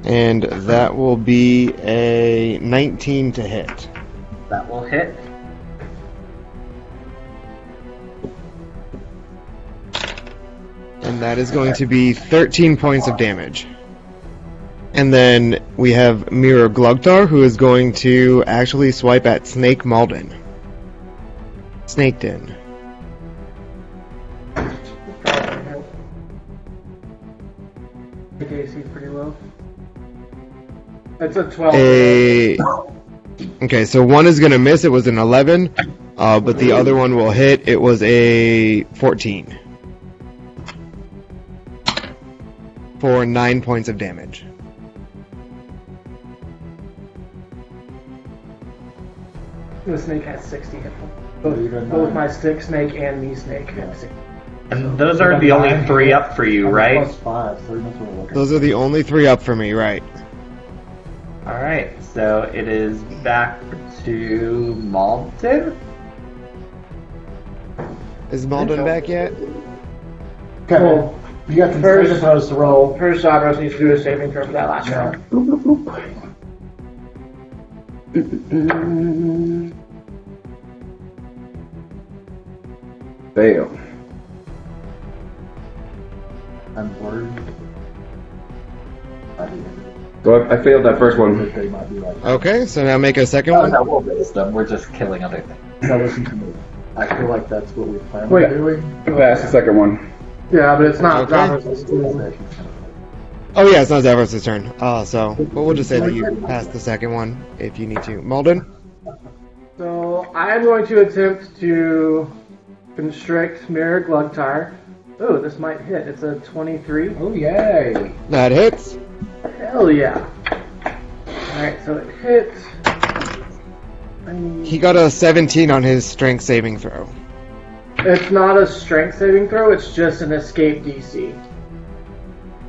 Speaker 1: And that will be a 19 to hit.
Speaker 2: That will hit.
Speaker 1: And that is going to be 13 points of damage. And then we have Mirror Glugtar, who is going to actually swipe at Snake Malden. Snaked in.
Speaker 3: The AC is pretty low. It's a 12.
Speaker 1: A. Okay, so one is going to miss. It was an 11. Uh, but the other one will hit. It was a 14. For 9 points of damage.
Speaker 3: The snake has 60 hit points.
Speaker 6: Or even
Speaker 3: Both, both
Speaker 6: nine.
Speaker 3: my stick snake and me snake have 60.
Speaker 2: And those are the only three up for you,
Speaker 6: I'm
Speaker 2: right?
Speaker 6: Plus five, so we must roll again.
Speaker 1: Those are the only three up for me, right?
Speaker 2: All right. So it is back to Malton.
Speaker 1: Is Malden back yet?
Speaker 6: Okay,
Speaker 3: Well,
Speaker 6: you got some
Speaker 3: first-
Speaker 6: first, to roll.
Speaker 3: Her Sabros needs to do a saving throw for that last
Speaker 6: Yeah.
Speaker 3: round.
Speaker 4: Fail.
Speaker 6: I'm worried. By the end of it,
Speaker 4: So I, I failed that first one.
Speaker 6: that They might be like,
Speaker 1: Okay, so now make a second one.
Speaker 2: we'll raise them. We're just killing other things.
Speaker 6: no, listen to me. I feel like that's what we plan
Speaker 3: Wait.
Speaker 6: on doing.
Speaker 4: I passed the second one.
Speaker 3: Yeah, but it's not
Speaker 1: Okay.
Speaker 3: Sabros.
Speaker 1: Oh yeah, it's not Zavros' turn. Uh, so, but we'll just say that you passed the second one if you need to. Malden.
Speaker 3: So I am going to attempt to constrict Mirror Glugtar. Oh, this might hit. It's a 23.
Speaker 6: Oh, yay.
Speaker 1: That hits.
Speaker 3: Hell yeah. Alright, so it hit. I-
Speaker 1: He got a 17 on his strength saving throw.
Speaker 3: It's not a strength saving throw, it's just an escape DC.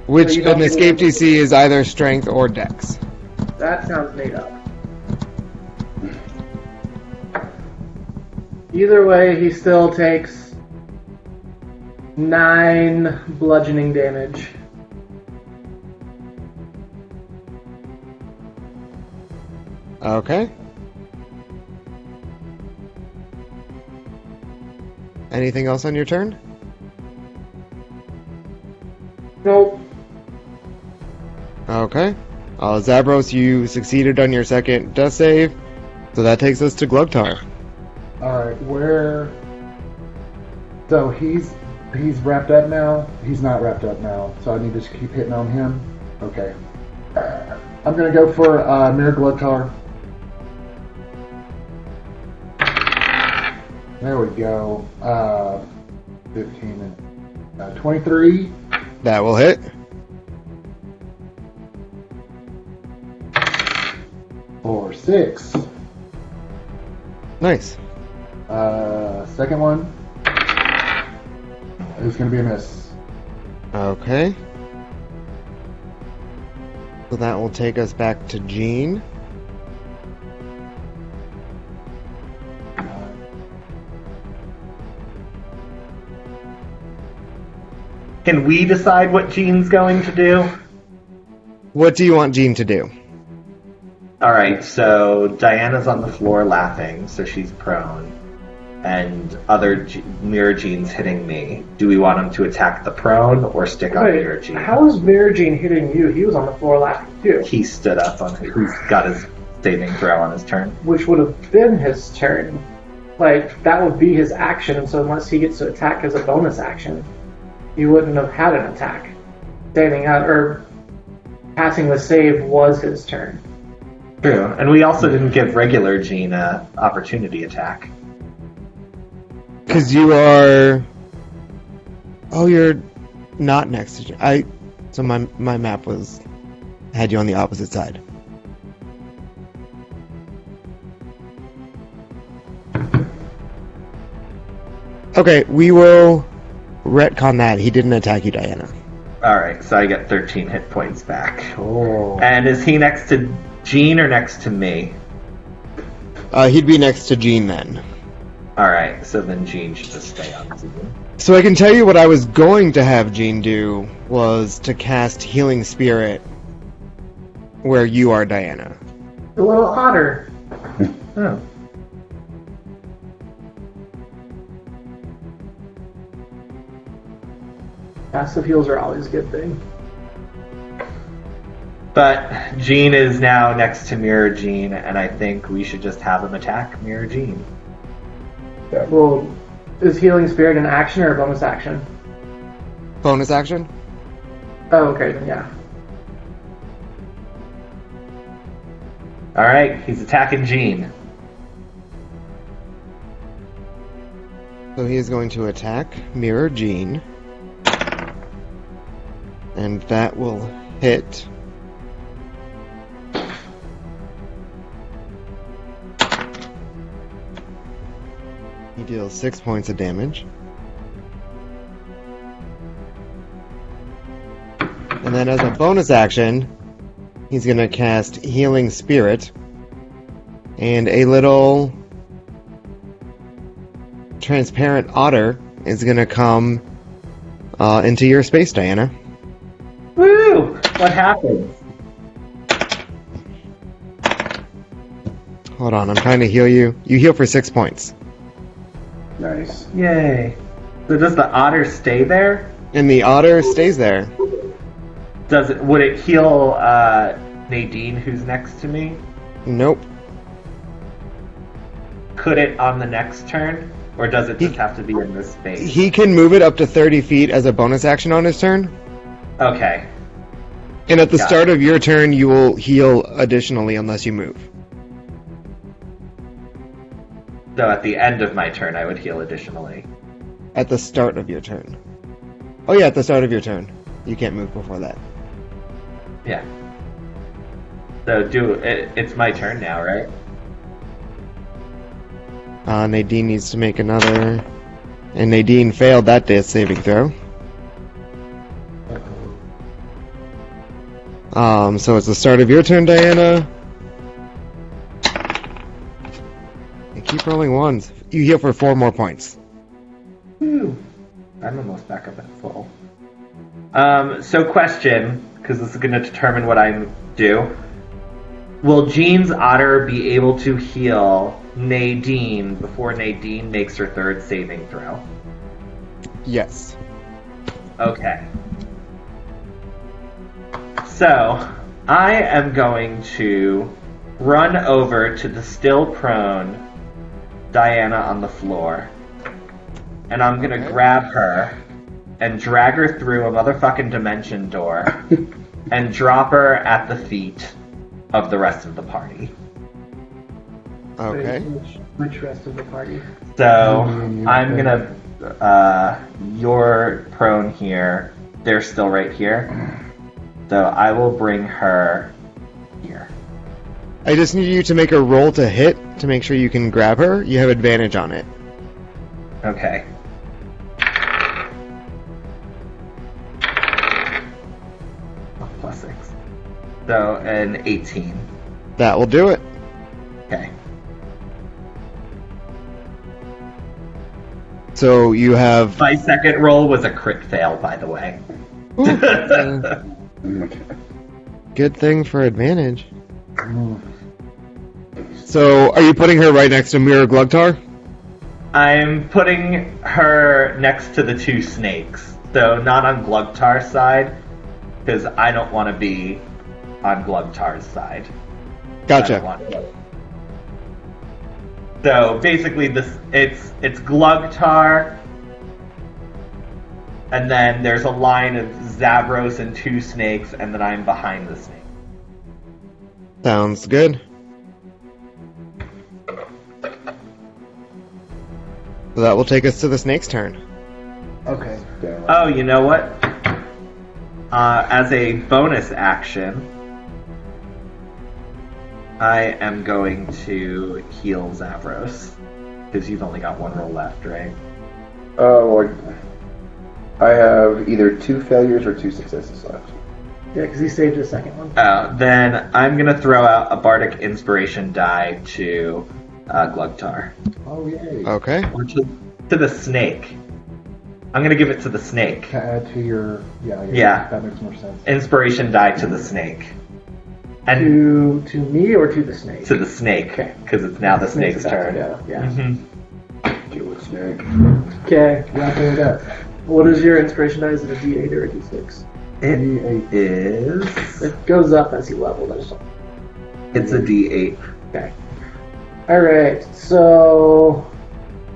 Speaker 1: Which
Speaker 3: So you don't
Speaker 1: an escape
Speaker 3: need-
Speaker 1: DC is either strength or dex.
Speaker 3: That sounds made up. Either way, he still takes nine bludgeoning damage.
Speaker 1: Okay. Anything else on your turn?
Speaker 3: Nope.
Speaker 1: Okay. Uh, Zabros, you succeeded on your second death save, so that takes us to Glugtar.
Speaker 6: Alright, where. So he's he's wrapped up now? He's not wrapped up now, so I need to just keep hitting on him? Okay. I'm gonna go for uh, Mirror Glutar. There we go. Uh, 15 and uh, 23.
Speaker 1: That will hit.
Speaker 6: Four, six.
Speaker 1: Nice.
Speaker 6: Uh, second one is going to be a miss.
Speaker 1: Okay. So that will take us back to Gene.
Speaker 2: Can we decide what Gene's going to do?
Speaker 1: What do you want Gene to do?
Speaker 2: All right, so Diana's on the floor laughing, so she's prone, and other G- mirror Gene's hitting me. Do we want him to attack the prone or stick on mirror
Speaker 3: Wait,
Speaker 2: Gene?
Speaker 3: how is Mirror Gene hitting you? He was on the floor laughing too,
Speaker 2: He stood up on his. He's got his saving throw on his turn.
Speaker 3: which would have been his turn. Like that would be his action, and so unless he gets to attack as a bonus action, he wouldn't have had an attack. Standing out or passing the save was his turn.
Speaker 2: True, and we also didn't give regular Gene a opportunity attack.
Speaker 1: Because you are. Oh, you're not next to Gene. I. So my my map was had you on the opposite side. Okay, we will retcon that. He didn't attack you, Diana.
Speaker 2: All right, so I get 13 hit points back.
Speaker 6: Oh.
Speaker 2: And is he next to Gene or next to me?
Speaker 1: Uh, he'd be next to Gene then.
Speaker 2: All right, so then Gene should just stay on Gene.
Speaker 1: So I can tell you what I was going to have Gene do was to cast Healing Spirit where you are, Diana.
Speaker 3: A little otter.
Speaker 2: Oh.
Speaker 3: Passive heals are always a good thing.
Speaker 2: But Gene is now next to Mirror Gene, and I think we should just have him attack Mirror Gene.
Speaker 3: Well, is healing spirit an action or a bonus action?
Speaker 1: Bonus action?
Speaker 3: Oh, okay, then yeah.
Speaker 2: All right, he's attacking Gene.
Speaker 1: So he is going to attack Mirror Gene. And that will hit. He deals six points of damage. And then as a bonus action, he's going to cast Healing Spirit and a little transparent otter is going to come uh, into your space, Diana.
Speaker 2: Woo! What happened?
Speaker 1: Hold on, I'm trying to heal you. You heal for six points,
Speaker 4: Nice.
Speaker 2: Yay. So does the otter stay there?
Speaker 1: and the otter stays there.
Speaker 2: Does it? Would it heal uh, Nadine, who's next to me?
Speaker 1: Nope.
Speaker 2: Could it on the next turn, or does it just
Speaker 1: He-
Speaker 2: have to be in this space?
Speaker 1: He can move it up to 30 feet as a bonus action on his turn,
Speaker 2: Okay.
Speaker 1: and at the
Speaker 2: Got
Speaker 1: start of your turn, you will heal additionally unless you move.
Speaker 2: So at the end of my turn, I would heal additionally.
Speaker 1: At the start of your turn. Oh yeah, at the start of your turn. You can't move before that.
Speaker 2: Yeah. So do it, it's my turn now, right?
Speaker 1: Uh, Nadine needs to make another, and Nadine failed that death saving throw. Um, so it's the start of your turn, Diana. And keep rolling ones. You heal for four more points.
Speaker 2: I'm almost back up at full. Um, so question, because this is going to determine what I do. Will Jean's otter be able to heal Nadine before Nadine makes her third saving throw?
Speaker 1: Yes.
Speaker 2: Okay. So, I am going to run over to the still prone Diana on the floor. And I'm going to
Speaker 1: Okay.
Speaker 2: grab her and drag her through a motherfucking dimension door and drop her at the feet of the rest of the party.
Speaker 1: Okay.
Speaker 3: Which, which rest of the party?
Speaker 2: So
Speaker 6: Mm,
Speaker 2: I'm
Speaker 6: okay.
Speaker 2: gonna uh, you're prone here. They're still right here. So I will bring her here.
Speaker 1: I just need you to make a roll to hit to make sure you can grab her. You have advantage on it.
Speaker 2: Okay.
Speaker 3: Plus six.
Speaker 2: So an 18.
Speaker 1: That will do it.
Speaker 2: Okay.
Speaker 1: So you have.
Speaker 2: My second roll was a crit fail, by the way.
Speaker 1: Ooh, uh, good thing for advantage. So are you putting her right next to Mira Glugtar?
Speaker 2: I'm putting her next to the two snakes, so not on Glugtar's side, because I don't want to be on Glugtar's side. I don't
Speaker 1: Gotcha.
Speaker 2: want to. So basically, this it's it's Glugtar, and then there's a line of Zabros and two snakes, and then I'm behind the snake.
Speaker 1: Sounds good. So that will take us to the snake's turn.
Speaker 6: Okay.
Speaker 4: Damn right.
Speaker 2: Oh, you know what? Uh, as a bonus action, I am going to heal Zavros. Because you've only got one roll left, right?
Speaker 4: Oh, well, I have either two failures or two successes left.
Speaker 3: Yeah, because he saved his second one.
Speaker 2: Uh, then I'm going to throw out a bardic inspiration die to uh, Glugtar.
Speaker 6: Oh yay!
Speaker 1: Okay.
Speaker 2: Or to, to the snake. I'm going to give it to the snake.
Speaker 6: To add to your yeah yeah,
Speaker 2: Yeah.
Speaker 6: that makes more sense.
Speaker 2: Inspiration die to the snake. And
Speaker 3: To to me or to the snake?
Speaker 2: to the snake.
Speaker 3: Okay.
Speaker 2: Because it's now the snake's turn.
Speaker 3: Yeah. yeah.
Speaker 2: Mhm.
Speaker 4: Deal with snake.
Speaker 3: Okay.
Speaker 6: Wrap it up.
Speaker 3: What is your inspiration die? Is it a D8 or a D6?
Speaker 2: It
Speaker 6: D8.
Speaker 2: is.
Speaker 3: It goes up as you level. There's
Speaker 2: It's a D8.
Speaker 3: Okay. All right. So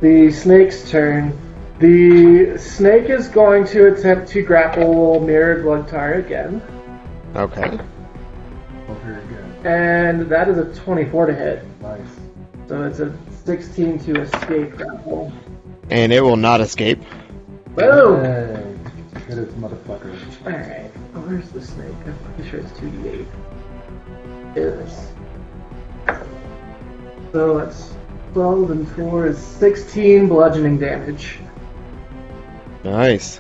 Speaker 3: the snake's turn. The snake is going to attempt to grapple Mirror Glugtar again,
Speaker 1: Okay.
Speaker 6: Oh, very good.
Speaker 3: and that is a 24 to hit.
Speaker 6: Nice.
Speaker 3: So it's a 16 to escape grapple.
Speaker 1: And it will not escape.
Speaker 3: Boom!
Speaker 6: Yay. Hit his motherfucker.
Speaker 3: All right. Where's oh, the snake? I'm pretty sure it's 2d8. It is. So that's 12 and 4 is 16 bludgeoning damage.
Speaker 1: Nice.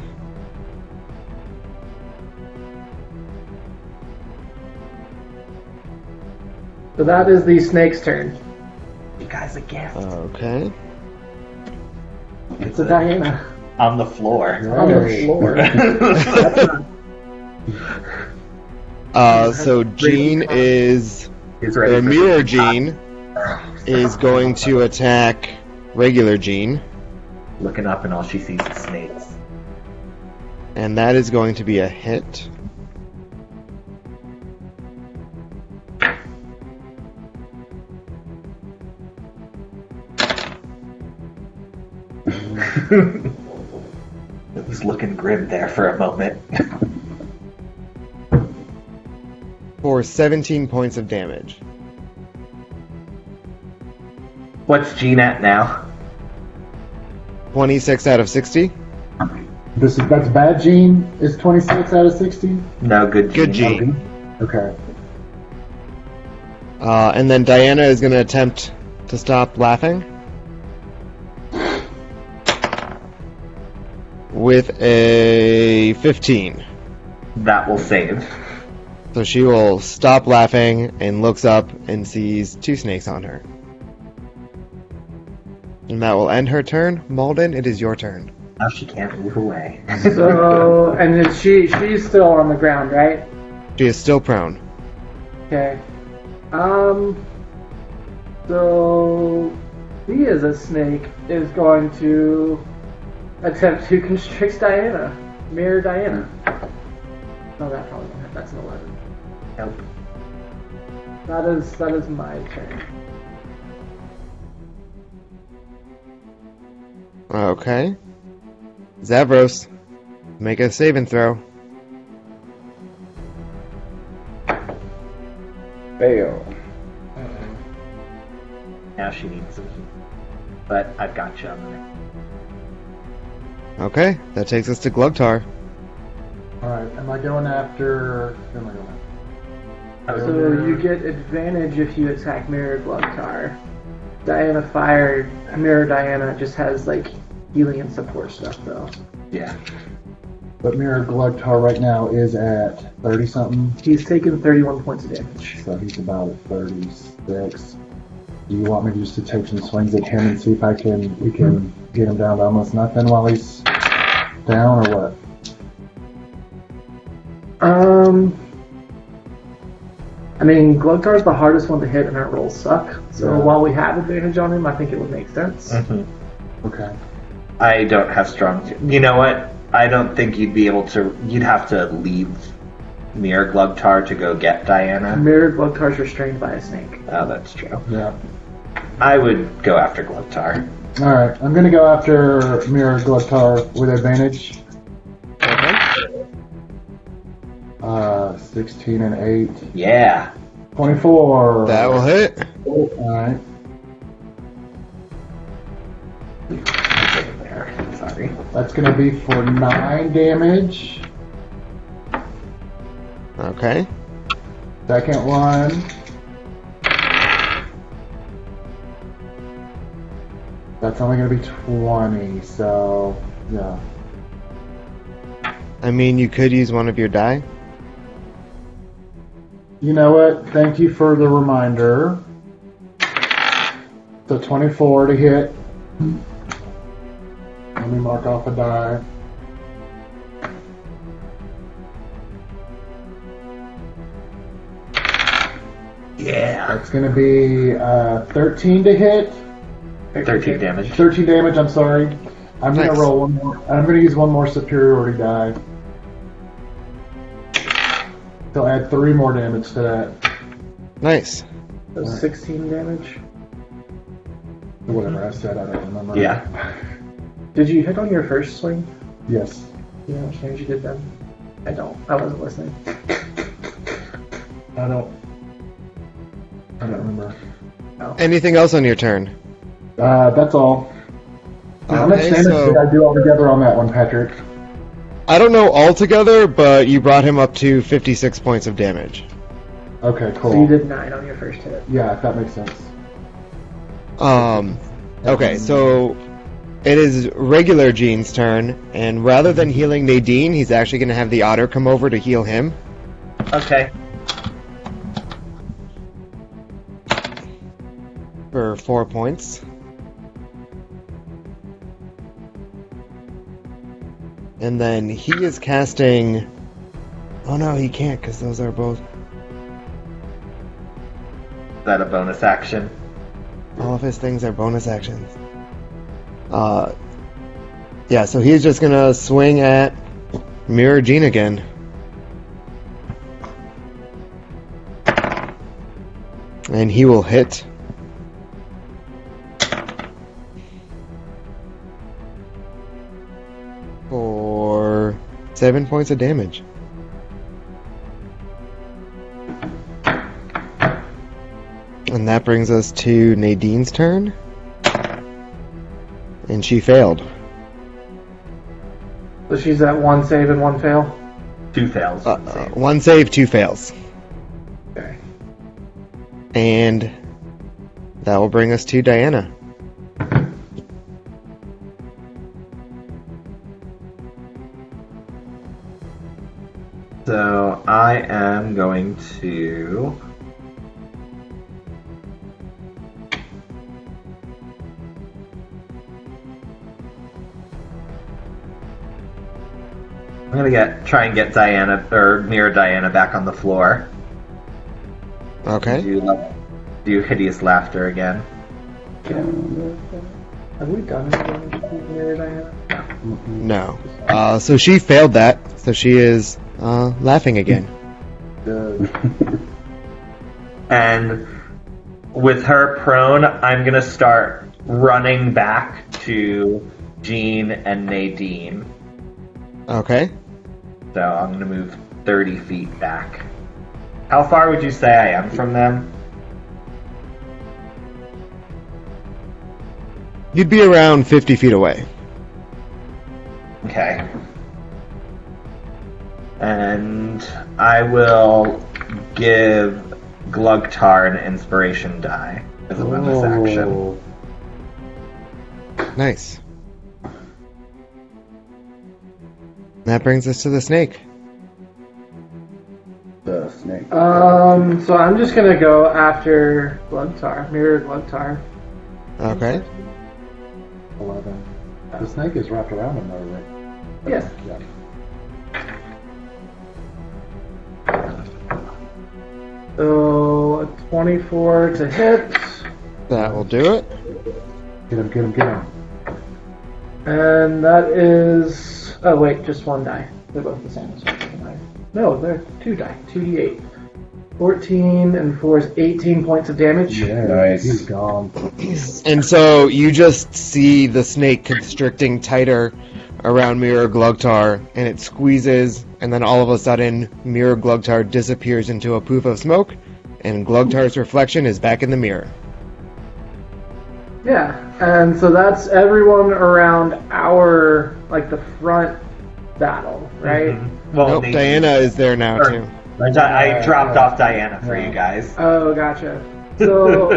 Speaker 3: So that is the snake's turn. You guys a gift.
Speaker 1: Okay.
Speaker 3: It's a Diana
Speaker 2: On the floor.
Speaker 3: on the
Speaker 6: Nice.
Speaker 3: floor.
Speaker 1: Uh, so Jean is.
Speaker 2: He's
Speaker 1: Or
Speaker 2: ready. For,
Speaker 1: Mirror Jean is going to attack regular Jean.
Speaker 2: looking up, and all she sees is snakes.
Speaker 1: And that is going to be a hit.
Speaker 2: It was looking grim there for a moment.
Speaker 1: For 17 points of damage.
Speaker 2: What's Jean at now?
Speaker 1: 26 out of 60.
Speaker 6: This is that's bad. Gene is 26 out of 60.
Speaker 2: No, good Jean.
Speaker 1: Good Jean.
Speaker 6: Okay.
Speaker 1: Uh, and then Diana is going to attempt to stop laughing. With a 15.
Speaker 2: That will save.
Speaker 1: So she will stop laughing and looks up and sees two snakes on her. And that will end her turn. Malden, it is your turn.
Speaker 2: Now she can't move away.
Speaker 3: so and then she she's still on the ground, right?
Speaker 1: She is still prone.
Speaker 3: Okay. Um. So he is a snake is going to attempt to constrict Diana, mirror Diana. No, that probably won't hit. That's an eleven.
Speaker 2: Nope.
Speaker 3: That is that is my turn.
Speaker 1: Okay. Zavros, make a saving throw.
Speaker 4: Fail.
Speaker 2: Now she needs some heat. But I've got you on the next.
Speaker 1: Okay, that takes us to Glugtar.
Speaker 6: All right. Am I going after? who Am I going after?
Speaker 2: That was-
Speaker 3: So you get advantage if you attack mirror Glugtar. Diana fired. Mirror Diana just has like healing and support stuff though.
Speaker 2: Yeah.
Speaker 6: But Mirror Glugtar right now is at 30 something,
Speaker 3: He's taken 31 points of damage.
Speaker 6: so he's about at 36. Do you want me to just to take some swings at him and see if I can we can get him down to almost nothing while he's down or what?
Speaker 3: Um, I mean, Glugtar is the hardest one to hit, and our rolls suck. So
Speaker 6: Yeah.
Speaker 3: while we have advantage on him, I think it would make sense.
Speaker 1: Mm-hmm.
Speaker 6: Okay.
Speaker 2: I don't have strong. You know what? I don't think you'd be able to. You'd have to leave Mir Glugtar to go get
Speaker 6: Mm.
Speaker 2: Diana.
Speaker 3: Mirrored Glugtar's restrained by a snake.
Speaker 2: Oh, that's true.
Speaker 6: Yeah.
Speaker 2: I would go after Glugtar.
Speaker 6: All right. I'm gonna go after Mirror Glugtar with advantage. Uh, 16 and 8.
Speaker 2: Yeah.
Speaker 6: 24.
Speaker 1: That will hit.
Speaker 6: Alright.
Speaker 2: There. Sorry.
Speaker 6: That's gonna be for 9 damage.
Speaker 1: Okay.
Speaker 6: Second one. That's only gonna be 20, so. Yeah.
Speaker 1: I mean, you could use one of your die.
Speaker 6: You know what? Thank you for the reminder. So 24 to hit. Let me mark off a die.
Speaker 2: Yeah.
Speaker 6: That's gonna be uh, 13 to hit.
Speaker 2: 13 damage.
Speaker 6: 13 damage, I'm sorry. I'm gonna
Speaker 1: Nice.
Speaker 6: roll one more. I'm gonna use one more superiority die. So add three more damage to that.
Speaker 1: Nice.
Speaker 3: So 16 damage.
Speaker 6: Whatever I said, I don't remember.
Speaker 2: Yeah.
Speaker 3: Did you hit on your first swing?
Speaker 6: Yes.
Speaker 3: Do you know which damage you did then? I don't. I wasn't listening.
Speaker 6: I don't. I don't remember.
Speaker 1: Anything else on your turn?
Speaker 6: Uh, that's all. How much
Speaker 1: Okay,
Speaker 6: damage
Speaker 1: so-
Speaker 6: did I do altogether on that one, Patrick?
Speaker 1: I don't know altogether, but you brought him up to 56 points of damage.
Speaker 6: Okay, cool.
Speaker 3: So you did 9 on your first hit.
Speaker 6: Yeah, that makes sense.
Speaker 1: Um, okay, so it is regular Gene's turn, and rather than healing Nadine, he's actually going to have the otter come over to heal him.
Speaker 2: Okay.
Speaker 1: for four points. And then he is casting. Oh no, he can't because those are both.
Speaker 2: Is that a bonus action?
Speaker 1: All of his things are bonus actions. Uh, yeah, so he's just gonna swing at Mirror Gene again. And he will hit. For seven points of damage. And that brings us to Nadine's turn. And she failed.
Speaker 3: So she's at 1 save and 1 fail.
Speaker 2: Two fails.
Speaker 1: Uh, uh, one save, two fails.
Speaker 3: Okay.
Speaker 1: And that will bring us to Diana.
Speaker 2: So I am going to. I'm gonna get try and get Diana or mirror Diana back on the floor.
Speaker 1: Okay.
Speaker 2: Do like, do hideous laughter again.
Speaker 3: Have we done any damage to Mirror Diana?
Speaker 1: No. Uh, so she failed that. So she is uh, laughing again.
Speaker 2: And with her prone, I'm gonna start running back to Jean and Nadine.
Speaker 1: Okay.
Speaker 2: So I'm gonna move 30 feet back. How far would you say I am from them?
Speaker 1: You'd be around 50 feet away.
Speaker 2: Okay. And I will give Glugtar an inspiration die as a bonus action.
Speaker 1: Nice. That brings us to the snake.
Speaker 4: The snake.
Speaker 3: Um, so I'm just gonna go after Glugtar, mirrored Glugtar.
Speaker 1: Okay.
Speaker 6: Eleven. The snake is wrapped around him, though, right?
Speaker 3: Yeah.
Speaker 6: Yeah.
Speaker 3: So a 24 to hit,
Speaker 1: That will do it.
Speaker 6: Get him, get him, get him.
Speaker 3: and that is. Oh wait, just one die. They're both the same. so it's a die. No, they're two die. Two d8. 14 and 4 is 18 points of damage.
Speaker 6: Yeah,
Speaker 4: Nice.
Speaker 6: he's gone.
Speaker 1: And so you just see the snake constricting tighter around Mirror Glugtar, and it squeezes, and then all of a sudden, Mirror Glugtar disappears into a poof of smoke, and Glugtar's reflection is back in the mirror.
Speaker 3: Yeah, and so that's everyone around our like the front battle, right?
Speaker 2: Hmm. Well,
Speaker 1: Nope,
Speaker 2: Nadine-
Speaker 1: Oh, Diana is there now
Speaker 2: Or-
Speaker 1: too.
Speaker 2: Di- I dropped off Diana for you guys.
Speaker 3: Oh, gotcha. So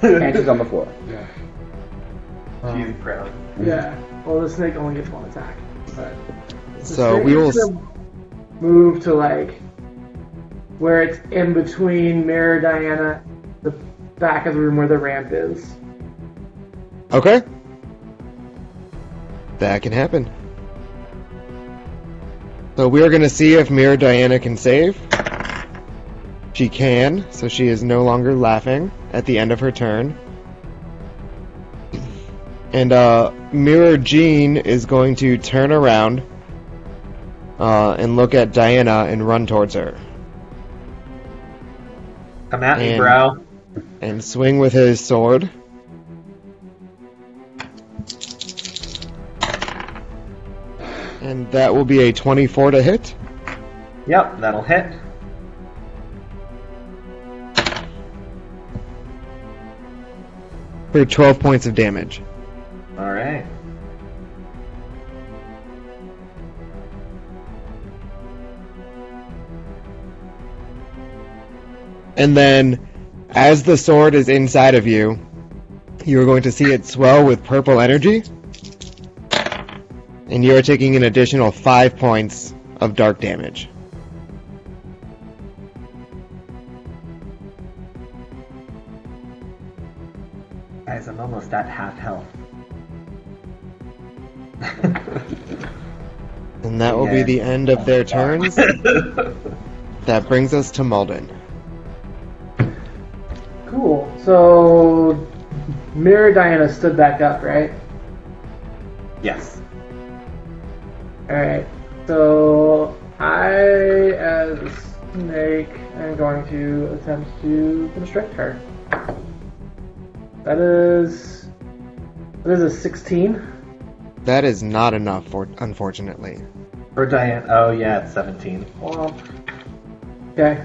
Speaker 4: And she's on the floor.
Speaker 6: Yeah.
Speaker 2: She's proud.
Speaker 3: yeah, well the snake only gets one attack. But the
Speaker 1: So
Speaker 3: snake
Speaker 1: we
Speaker 3: is
Speaker 1: will.
Speaker 3: gonna move to like where it's in between Mirror Diana, the back of the room where the ramp is.
Speaker 1: Okay. That can happen. So we are going to see if Mirror Diana can save. She can, so she is no longer laughing at the end of her turn. And uh, Mirror Jean is going to turn around uh, and look at Diana and run towards her
Speaker 2: Come at me,
Speaker 1: And-
Speaker 2: bro.
Speaker 1: and swing with his sword. And that will be a 24 to hit.
Speaker 2: Yep, that'll hit.
Speaker 1: for 12 points of damage.
Speaker 2: All right.
Speaker 1: And then, as the sword is inside of you, you are going to see it swell with purple energy. And you are taking an additional 5 points of dark damage.
Speaker 2: Guys, I'm almost at half health.
Speaker 1: And that will be
Speaker 2: Yeah.
Speaker 1: the end of their turns. that brings us to Malden.
Speaker 3: Cool. So Mirror Diana stood back up, right?
Speaker 2: yes.
Speaker 3: Alright, so I, as a Snake, am going to attempt to constrict her. That is. That is a 16.
Speaker 1: That is not enough, for, unfortunately.
Speaker 2: For Diana. Oh, yeah, it's 17.
Speaker 3: Womp. Okay,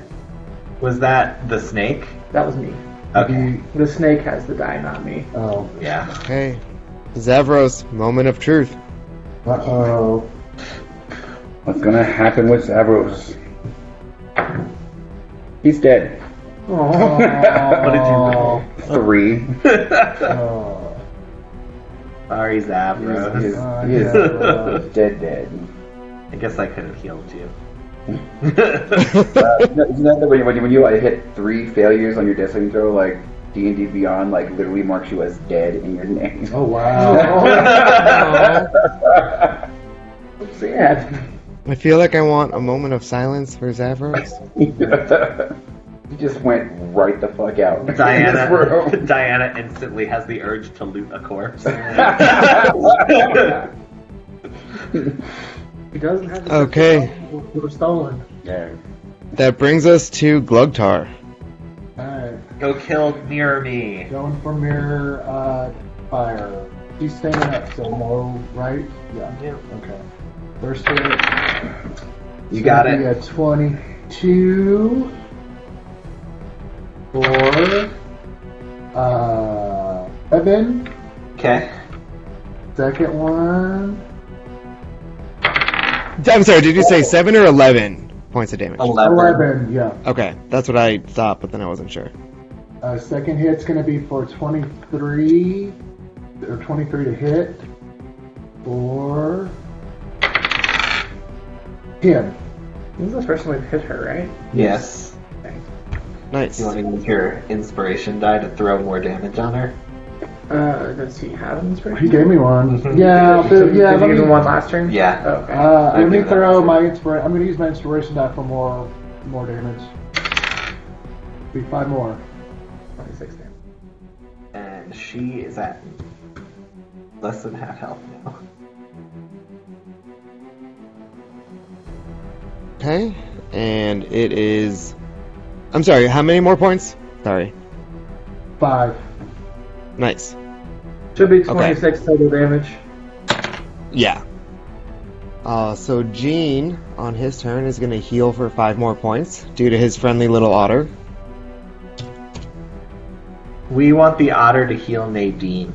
Speaker 2: Was that the snake?
Speaker 3: that was me.
Speaker 2: Okay.
Speaker 6: He-
Speaker 3: The snake has the die, not me.
Speaker 6: oh.
Speaker 2: Yeah.
Speaker 1: Okay. Zavros, moment of truth.
Speaker 6: Uh oh.
Speaker 4: What's gonna happen with Zavros? He's dead.
Speaker 3: Oh,
Speaker 2: did you roll?
Speaker 4: Three.
Speaker 6: Oh.
Speaker 2: Sorry, Zavros.
Speaker 4: He's-
Speaker 6: Uh,
Speaker 4: he's
Speaker 6: yeah, uh,
Speaker 4: dead, dead.
Speaker 2: I guess I could have healed you.
Speaker 4: Uh, isn't that- isn't that the way when you, when you like, hit three failures on your death saving throw, like D and D Beyond, like literally marks you as dead in your name.
Speaker 6: oh wow.
Speaker 3: sad.
Speaker 1: I feel like I want a moment of silence for Zavros.
Speaker 4: you just went right the fuck out.
Speaker 2: Diana, Diana instantly has the urge to loot a corpse.
Speaker 3: He doesn't have the
Speaker 1: Okay.
Speaker 3: They were stolen.
Speaker 4: yeah.
Speaker 1: That brings us to Glugtar.
Speaker 6: Alright.
Speaker 2: Go kill near me.
Speaker 6: Going for mirror uh, fire. She's standing up, so no, right? Yeah.
Speaker 2: Yeah.
Speaker 6: Okay. First hit.
Speaker 2: You got
Speaker 6: Be
Speaker 2: it.
Speaker 6: a twenty-two. Four. Uh, seven.
Speaker 2: Okay.
Speaker 6: Second one.
Speaker 1: I'm sorry, did you say 7 or 11 points of damage?
Speaker 2: Eleven.
Speaker 6: Eleven. Yeah.
Speaker 1: Okay, that's what I thought, but then I wasn't sure.
Speaker 6: Uh, second hit's gonna be for twenty-three or twenty-three to hit. Four. Him.
Speaker 3: This is the first time we've hit her, right?
Speaker 2: Yes.
Speaker 1: Nice.
Speaker 2: You want to use your inspiration die to throw more damage on her?
Speaker 3: Uh, does he have an inspiration?
Speaker 6: He gave me one.
Speaker 2: Mhm.
Speaker 6: Yeah,
Speaker 3: Mm-hmm. Did,
Speaker 6: but, yeah.
Speaker 3: did you
Speaker 6: Let me,
Speaker 3: give him one last turn?
Speaker 2: Yeah.
Speaker 3: Okay.
Speaker 6: uh,
Speaker 2: I'd
Speaker 6: let me
Speaker 2: give that
Speaker 6: throw
Speaker 2: one.
Speaker 6: my inspiration. I'm going to use my inspiration die for more, more damage. Be five more.
Speaker 3: 26 damage.
Speaker 2: And she is at less than half health now.
Speaker 1: Okay. And it is. I'm sorry, how many more points? Sorry.
Speaker 6: Five.
Speaker 1: Nice.
Speaker 3: Should be
Speaker 1: Okay.
Speaker 3: 26 total damage.
Speaker 1: Yeah. Uh, so Gene, on his turn, is going to heal for five more points due to his friendly little otter.
Speaker 2: We want the otter to heal Nadine.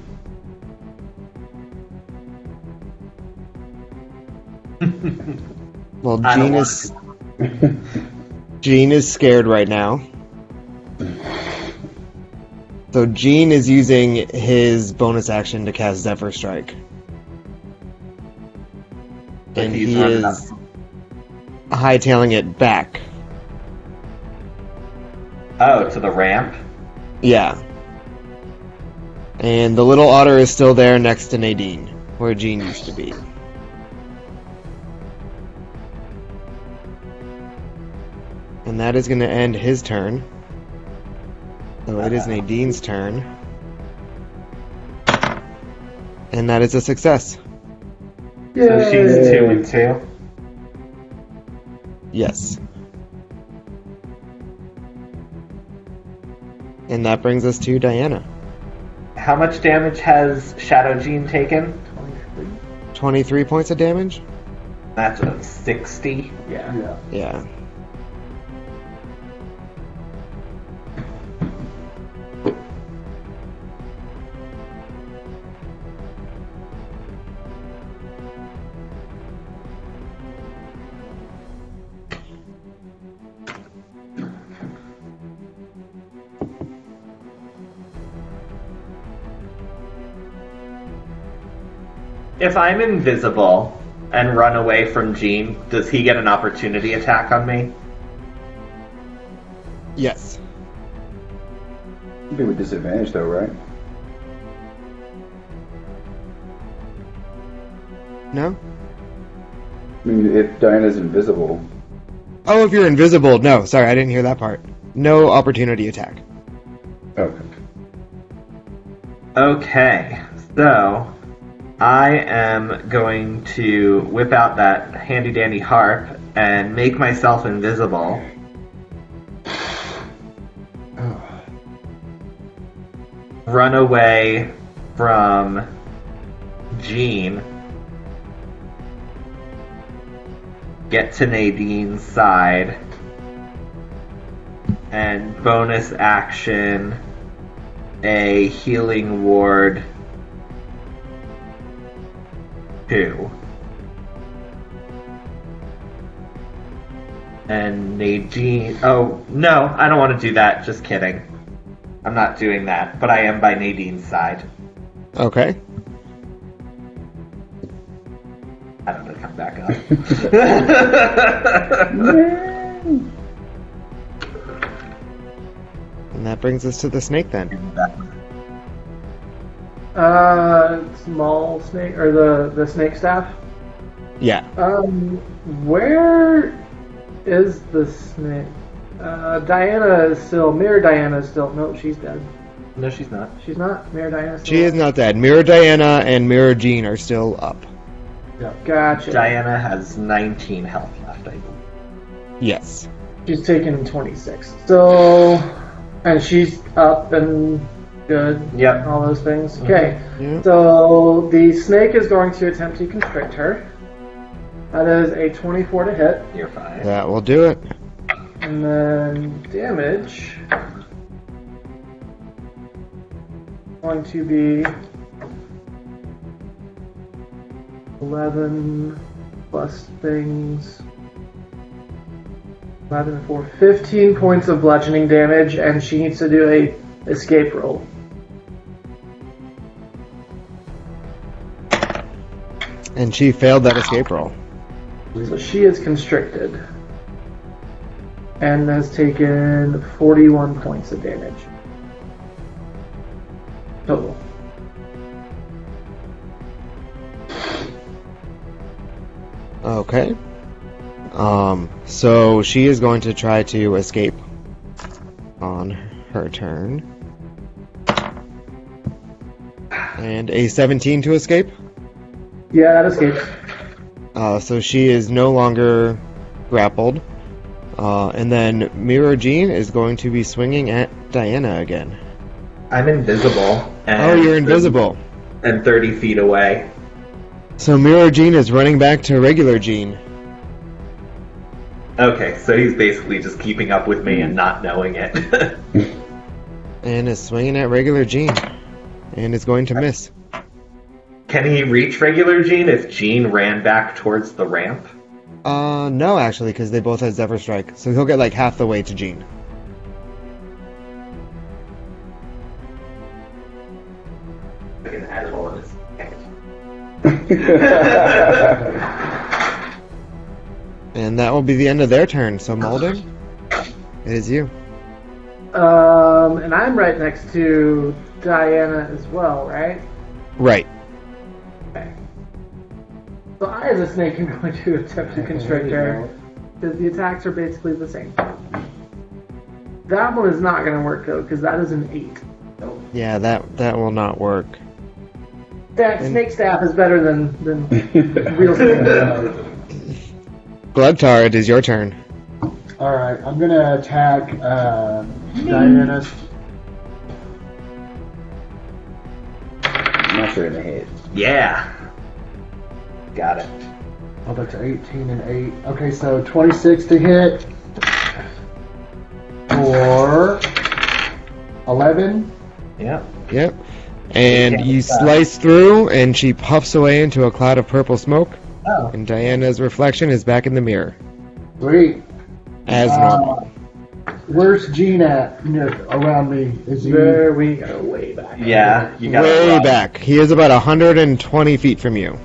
Speaker 1: Well,
Speaker 2: I don't
Speaker 1: Gene
Speaker 2: want
Speaker 1: is Gene is scared right now. So Gene is using his bonus action to cast Zephyr Strike.
Speaker 2: But
Speaker 1: And
Speaker 2: he's
Speaker 1: he
Speaker 2: not
Speaker 1: is
Speaker 2: enough.
Speaker 1: hightailing it back.
Speaker 2: Oh, to the ramp?
Speaker 1: Yeah. And the little otter is still there next to Nadine, where Gene used to be. And that is going to end his turn. So it is Nadine's turn. And that is a success.
Speaker 2: So she's two and two.
Speaker 1: Yes. And that brings us to Diana.
Speaker 2: How much damage has Shadow Gene taken?
Speaker 3: 23?
Speaker 1: 23 points of damage?
Speaker 2: That's a 60.
Speaker 3: Yeah.
Speaker 6: Yeah.
Speaker 1: Yeah.
Speaker 2: If I'm invisible and run away from Gene, does he get an opportunity attack on me?
Speaker 1: Yes.
Speaker 4: You'd be with disadvantage though, right?
Speaker 1: No?
Speaker 4: I mean, if Diana's invisible,
Speaker 1: Oh, if you're invisible. No, sorry, I didn't hear that part. No opportunity attack.
Speaker 4: okay.
Speaker 2: Okay, so I am going to whip out that handy dandy harp and make myself invisible. Run away from Jean. Get to Nadine's side. And bonus action a healing ward two. And Nadine. Oh, no, I don't want to do that. Just kidding. I'm not doing that, but I am by Nadine's side.
Speaker 1: Okay.
Speaker 2: I don't know, come back up.
Speaker 1: And that brings us to the snake then.
Speaker 3: Uh, small snake, or the, the snake staff.
Speaker 1: Yeah.
Speaker 3: Um, where is the snake? Uh, Diana is still, Mirror Diana is still, no, she's dead.
Speaker 2: no, she's not.
Speaker 3: She's not, Mirror Diana's still
Speaker 1: She is not dead. Mirror Diana and Mirror Jean are still up.
Speaker 3: Gotcha.
Speaker 2: Diana has 19 health left, I believe.
Speaker 1: Yes.
Speaker 3: She's taken 26. So, and she's up and good.
Speaker 2: Yep.
Speaker 3: and All those things. Okay.
Speaker 1: Yeah.
Speaker 3: So the snake is going to attempt to constrict her. That is a 24 to hit,
Speaker 2: You're fine.
Speaker 1: That will do it.
Speaker 3: and then damage going to be 11 plus things. 11 for 15 points of bludgeoning damage, and she needs to do a escape roll.
Speaker 1: And she failed that escape roll.
Speaker 3: So she is constricted. And has taken 41 points of damage. Total.
Speaker 1: Okay. Um, so she is going to try to escape on her turn. And a 17 to escape.
Speaker 3: Yeah, that escapes.
Speaker 1: Uh, so she is no longer grappled. Uh, and then Mirror Jean is going to be swinging at Diana again.
Speaker 2: I'm invisible. And
Speaker 1: Oh, you're invisible.
Speaker 2: And 30 feet away.
Speaker 1: So Mirror Jean is running back to regular Jean.
Speaker 2: Okay, so he's basically just keeping up with me and not knowing it.
Speaker 1: And is swinging at regular Jean. And is going to miss.
Speaker 2: Can he reach regular Gene if Gene ran back towards the ramp?
Speaker 1: Uh, no, actually, because they both had Zephyr Strike. So he'll get like half the way to Jean. And that will be the end of their turn. So Malden, it is you.
Speaker 3: Um, and I'm right next to Diana as well, right?
Speaker 1: Right.
Speaker 3: So I, as a snake, am going to attempt to constrict her because the attacks are basically the same. That one is not going to work though because that is an eight.
Speaker 1: Yeah, that that will not work.
Speaker 3: That snake staff is better than than real snake staff.
Speaker 1: Glugtar, it is your turn.
Speaker 6: All right, I'm gonna attack uh, Diana's.
Speaker 4: I'm not sure gonna hit.
Speaker 2: Yeah. Got it.
Speaker 6: Oh, that's 18 and 8. Okay, so 26 to hit for 11.
Speaker 2: Yeah.
Speaker 1: Yep. And you
Speaker 6: uh,
Speaker 1: slice through, and she puffs away into a cloud of purple smoke.
Speaker 2: Oh.
Speaker 1: And Diana's reflection is back in the mirror,
Speaker 6: Sweet.
Speaker 1: as
Speaker 6: Uh,
Speaker 1: normal.
Speaker 6: Where's Gene at near, around me? Is he?
Speaker 3: There we go, way back.
Speaker 2: Yeah, you got
Speaker 1: Way
Speaker 2: it. Rob.
Speaker 1: back. He is about 120 feet from you.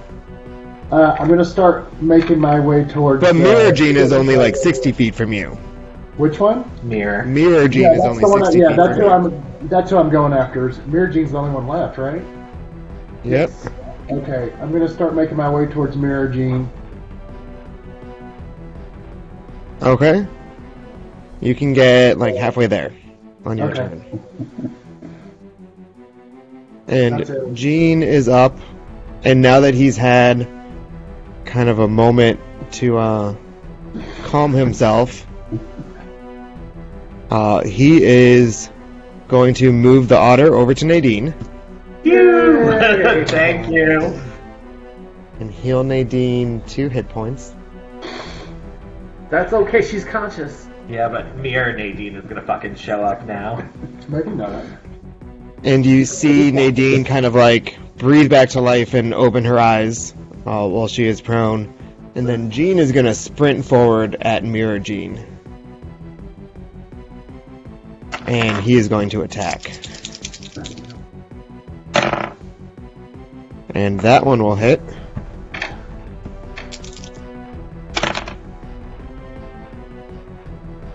Speaker 6: Uh, I'm gonna start making my way towards.
Speaker 1: But
Speaker 6: uh,
Speaker 1: Mirror Gene is only like 60 feet from you.
Speaker 6: Which one?
Speaker 2: Mirror.
Speaker 1: Mirror Gene
Speaker 6: yeah,
Speaker 1: is
Speaker 6: that's
Speaker 1: only
Speaker 6: the one. I,
Speaker 1: 60
Speaker 6: yeah,
Speaker 1: feet
Speaker 6: that's
Speaker 1: from
Speaker 6: who
Speaker 1: you.
Speaker 6: I'm. That's who I'm going after. Is- Mirror Gene's the only one left, right?
Speaker 1: Yep.
Speaker 6: Okay, I'm gonna start making my way towards Mirror Gene.
Speaker 1: Okay. You can get like halfway there on your
Speaker 6: Okay.
Speaker 1: turn.
Speaker 6: That's it.
Speaker 1: And Gene is up, and now that he's had kind of a moment to uh, calm himself, uh, he is going to move the otter over to Nadine
Speaker 2: You. Thank you.
Speaker 1: and heal Nadine two hit points.
Speaker 3: That's okay. She's conscious.
Speaker 2: Yeah, but Mirror Nadine is gonna fucking show up now.
Speaker 6: Maybe not.
Speaker 1: and you see Nadine kind of like breathe back to life and open her eyes uh, while she is prone. And then Jean is going to sprint forward at Mirror Jean. And he is going to attack. And that one will hit.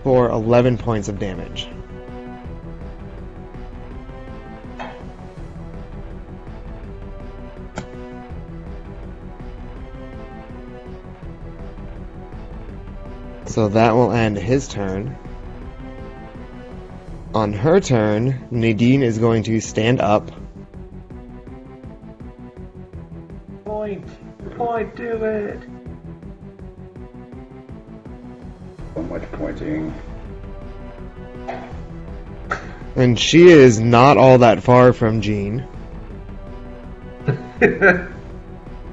Speaker 1: For 11 points of damage. So that will end his turn. On her turn, Nadine is going to stand up.
Speaker 2: Point. Point. Do it.
Speaker 4: So much pointing.
Speaker 1: And she is not all that far from Jean.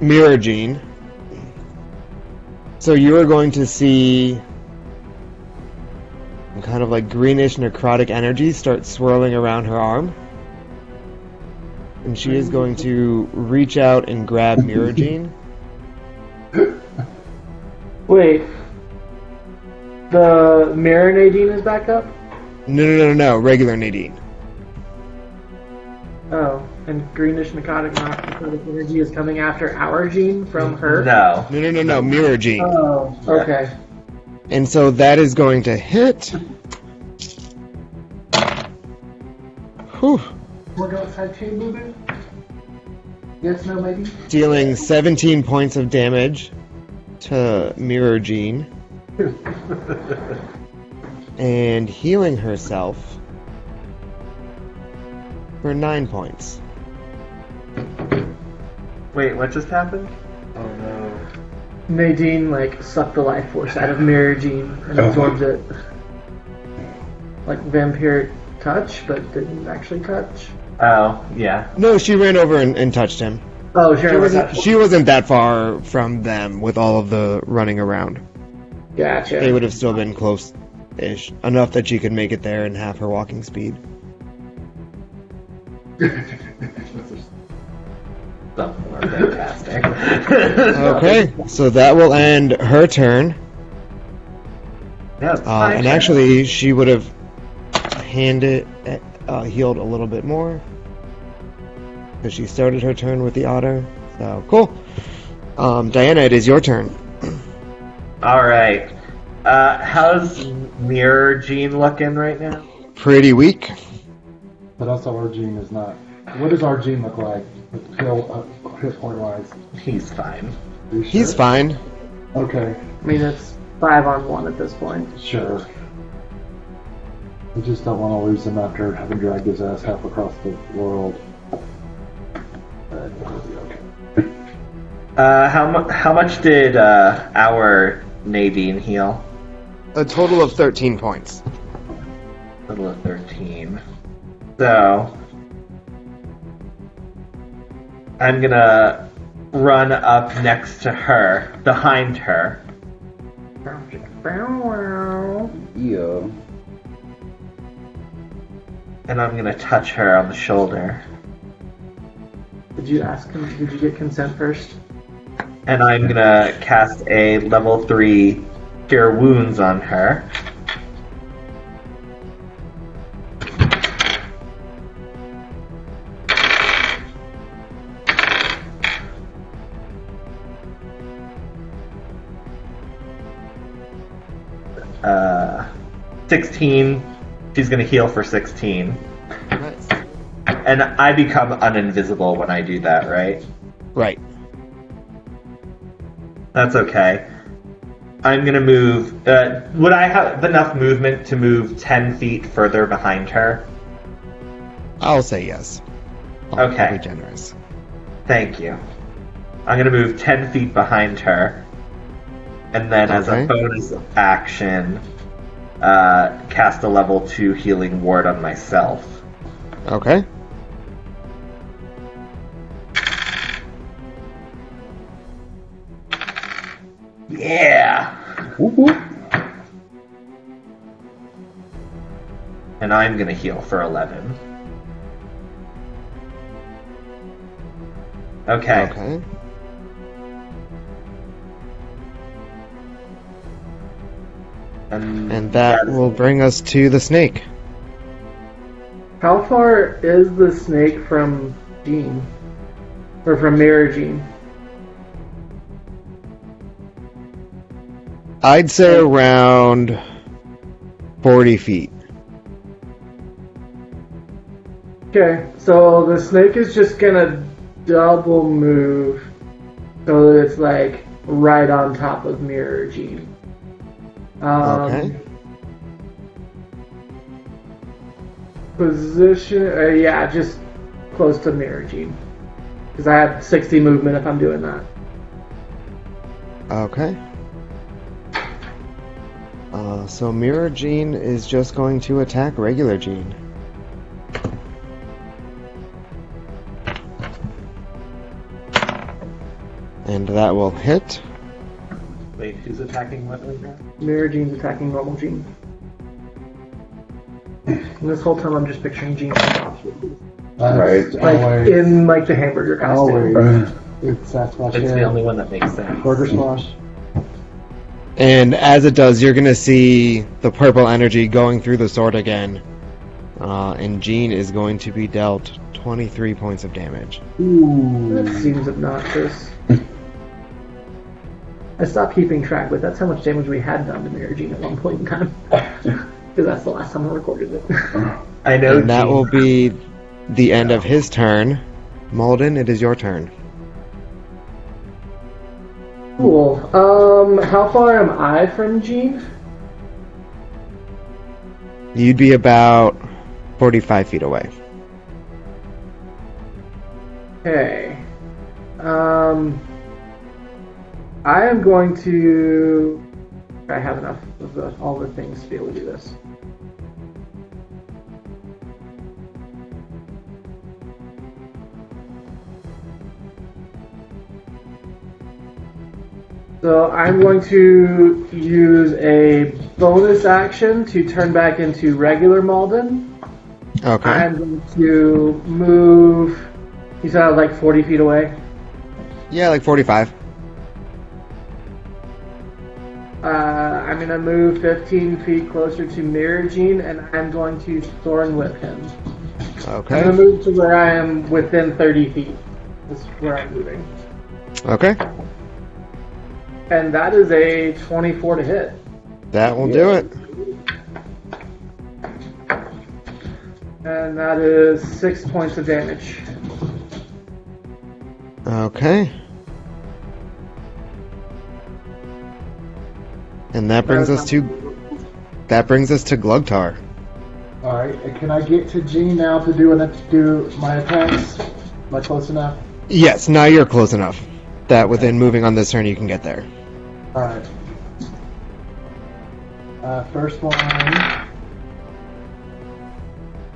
Speaker 1: Mirror Jean. So you are going to see kind of like greenish necrotic energy start swirling around her arm. And she is going to reach out and grab Mirror Jean.
Speaker 3: Wait. The mirror Nadine is back up.
Speaker 1: No, no, no, no, no, regular Nadine.
Speaker 3: Oh, and greenish narcotic narcotic energy is coming after our gene from her.
Speaker 2: No.
Speaker 1: No, no, no, no. Mirror gene.
Speaker 3: Oh, okay.
Speaker 1: And so that is going to hit. Whew.
Speaker 6: We're going side chain movement. Yes, no, maybe.
Speaker 1: Dealing 17 points of damage to Mirror Jean. and healing herself for 9 points.
Speaker 2: Wait, what just happened?
Speaker 3: Nadine like sucked the life force out of Mirror Gene and
Speaker 4: Oh.
Speaker 3: absorbed it. Like vampiric touch, but didn't actually touch.
Speaker 2: Oh, yeah.
Speaker 1: No, she ran over and, and touched him.
Speaker 3: Oh, sure.
Speaker 1: She
Speaker 3: it was
Speaker 1: wasn't, she wasn't that far from them with all of the running around.
Speaker 3: gotcha.
Speaker 1: They would have still been close ish. Enough that she could make it there and have her walking speed.
Speaker 2: Something more fantastic.
Speaker 1: Okay, so that will end her turn.
Speaker 2: No, it's
Speaker 1: Uh,
Speaker 2: my
Speaker 1: and
Speaker 2: turn.
Speaker 1: actually, she would have handed uh, healed a little bit more because she started her turn with the otter. So cool. Um, Diana, it is your turn.
Speaker 2: All right. Uh, how's Mirror Gene looking right now?
Speaker 1: Pretty weak.
Speaker 6: But also, our gene is not. What does our gene look like? Hill, uh, hit point wise.
Speaker 2: He's fine.
Speaker 6: You
Speaker 1: He's
Speaker 6: sure?
Speaker 1: fine.
Speaker 6: Okay,
Speaker 3: I mean, it's five on one at this point.
Speaker 6: sure. We just don't want to lose him after having dragged his ass half across the world. Uh, it'll be okay.
Speaker 2: Uh, how mu- how much did uh, our Nadine heal?
Speaker 1: A total of 13 points.
Speaker 2: Total of thirteen. So I'm gonna run up next to her, behind her,
Speaker 4: Yeah.
Speaker 2: and I'm gonna touch her on the shoulder.
Speaker 3: Did you ask him? Did you get consent first?
Speaker 2: And I'm gonna cast a level three cure wounds on her. Uh, 16. She's gonna heal for 16. And I become uninvisible when I do that, right?
Speaker 1: Right.
Speaker 2: That's okay. I'm gonna move. Uh, would I have enough movement to move ten feet further behind her?
Speaker 1: I'll say yes. I'll
Speaker 2: Okay.
Speaker 1: Be generous.
Speaker 2: Thank you. I'm gonna move ten feet behind her, and then as
Speaker 1: Okay.
Speaker 2: a bonus action, uh, cast a level two healing ward on myself.
Speaker 1: Okay.
Speaker 2: Yeah,
Speaker 4: Whoop, whoop.
Speaker 2: and I'm gonna heal for eleven. Okay.
Speaker 1: Okay.
Speaker 2: And,
Speaker 1: And that will bring us to the snake.
Speaker 3: How far is the snake from Gene? Or from Mirror Gene?
Speaker 1: I'd say around 40 feet.
Speaker 3: Okay, so the snake is just gonna double move so that it's like right on top of Mirror Gene. Um,
Speaker 1: Okay.
Speaker 3: Position, uh, yeah, just close to Mirror Gene. Because I have 60 movement if I'm doing that.
Speaker 1: Okay. Uh, so Mirror Gene is just going to attack regular Gene. And that will hit.
Speaker 2: wait, who's attacking what right now?
Speaker 3: Mirror Gene's attacking normal Gene. And this whole time I'm just picturing Gene from Bob's Burgers.
Speaker 6: That's
Speaker 4: Right.
Speaker 3: Like
Speaker 6: Always,
Speaker 3: in like the hamburger costume.
Speaker 6: always. It's Sasquatch
Speaker 2: It's the
Speaker 6: hair.
Speaker 2: only one that makes sense.
Speaker 6: Burger squash.
Speaker 1: And as it does, you're going to see the purple energy going through the sword again Uh, and Jean is going to be dealt 23 points of damage.
Speaker 3: That seems obnoxious. I stopped keeping track, but that's how much damage we had done to Mirror Gene at one point in time. Because that's the last time I recorded it.
Speaker 2: I know.
Speaker 1: And that
Speaker 2: Jean.
Speaker 1: will be the end of his turn. Malden, it is your turn.
Speaker 3: cool. Um, how far am I from Gene?
Speaker 1: You'd be about 45 feet away.
Speaker 3: Okay. Um, I am going to. I have enough of the, all the things to be able to do this. So I'm going to use a bonus action to turn back into regular Malden.
Speaker 1: Okay.
Speaker 3: I'm going to move. He's said I was, like 40 feet away.
Speaker 1: Yeah, like 45.
Speaker 3: Uh, I'm going to move 15 feet closer to Mirror Gene, and I'm going to Thorn Whip him. I'm
Speaker 1: Okay.
Speaker 3: going to move to where I am within 30 feet. That's where I'm moving.
Speaker 1: Okay.
Speaker 3: And that is a 24 to hit.
Speaker 1: That will do it.
Speaker 3: And that is 6 points of damage.
Speaker 1: Okay. And that brings us to that brings us to Glugtar.
Speaker 6: All right, and can I get to Jean now to do an, to do my attacks? Am I close enough?
Speaker 1: Yes, now you're close enough. That within moving on this turn you can get there.
Speaker 6: All right. Uh, first one.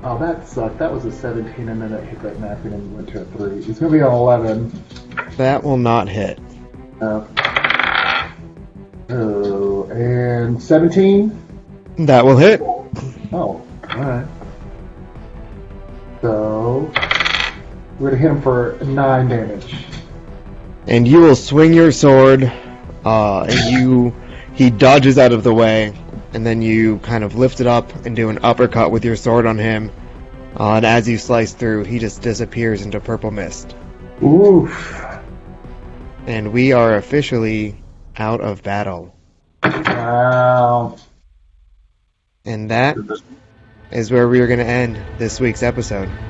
Speaker 6: Oh, that sucked. That was a 17, and then it hit that math, and then it went to a 3. It's going to be an 11.
Speaker 1: That will not hit.
Speaker 6: Uh, oh, and 17?
Speaker 1: That will hit.
Speaker 6: Oh, alright. So, we're going to hit him for 9 damage.
Speaker 1: and you will swing your sword, uh, and you he dodges out of the way, and then you kind of lift it up and do an uppercut with your sword on him. Uh, and as you slice through, he just disappears into purple mist,
Speaker 6: Oof.
Speaker 1: and we are officially out of battle.
Speaker 6: Wow.
Speaker 1: And that is where we are going to end this week's episode.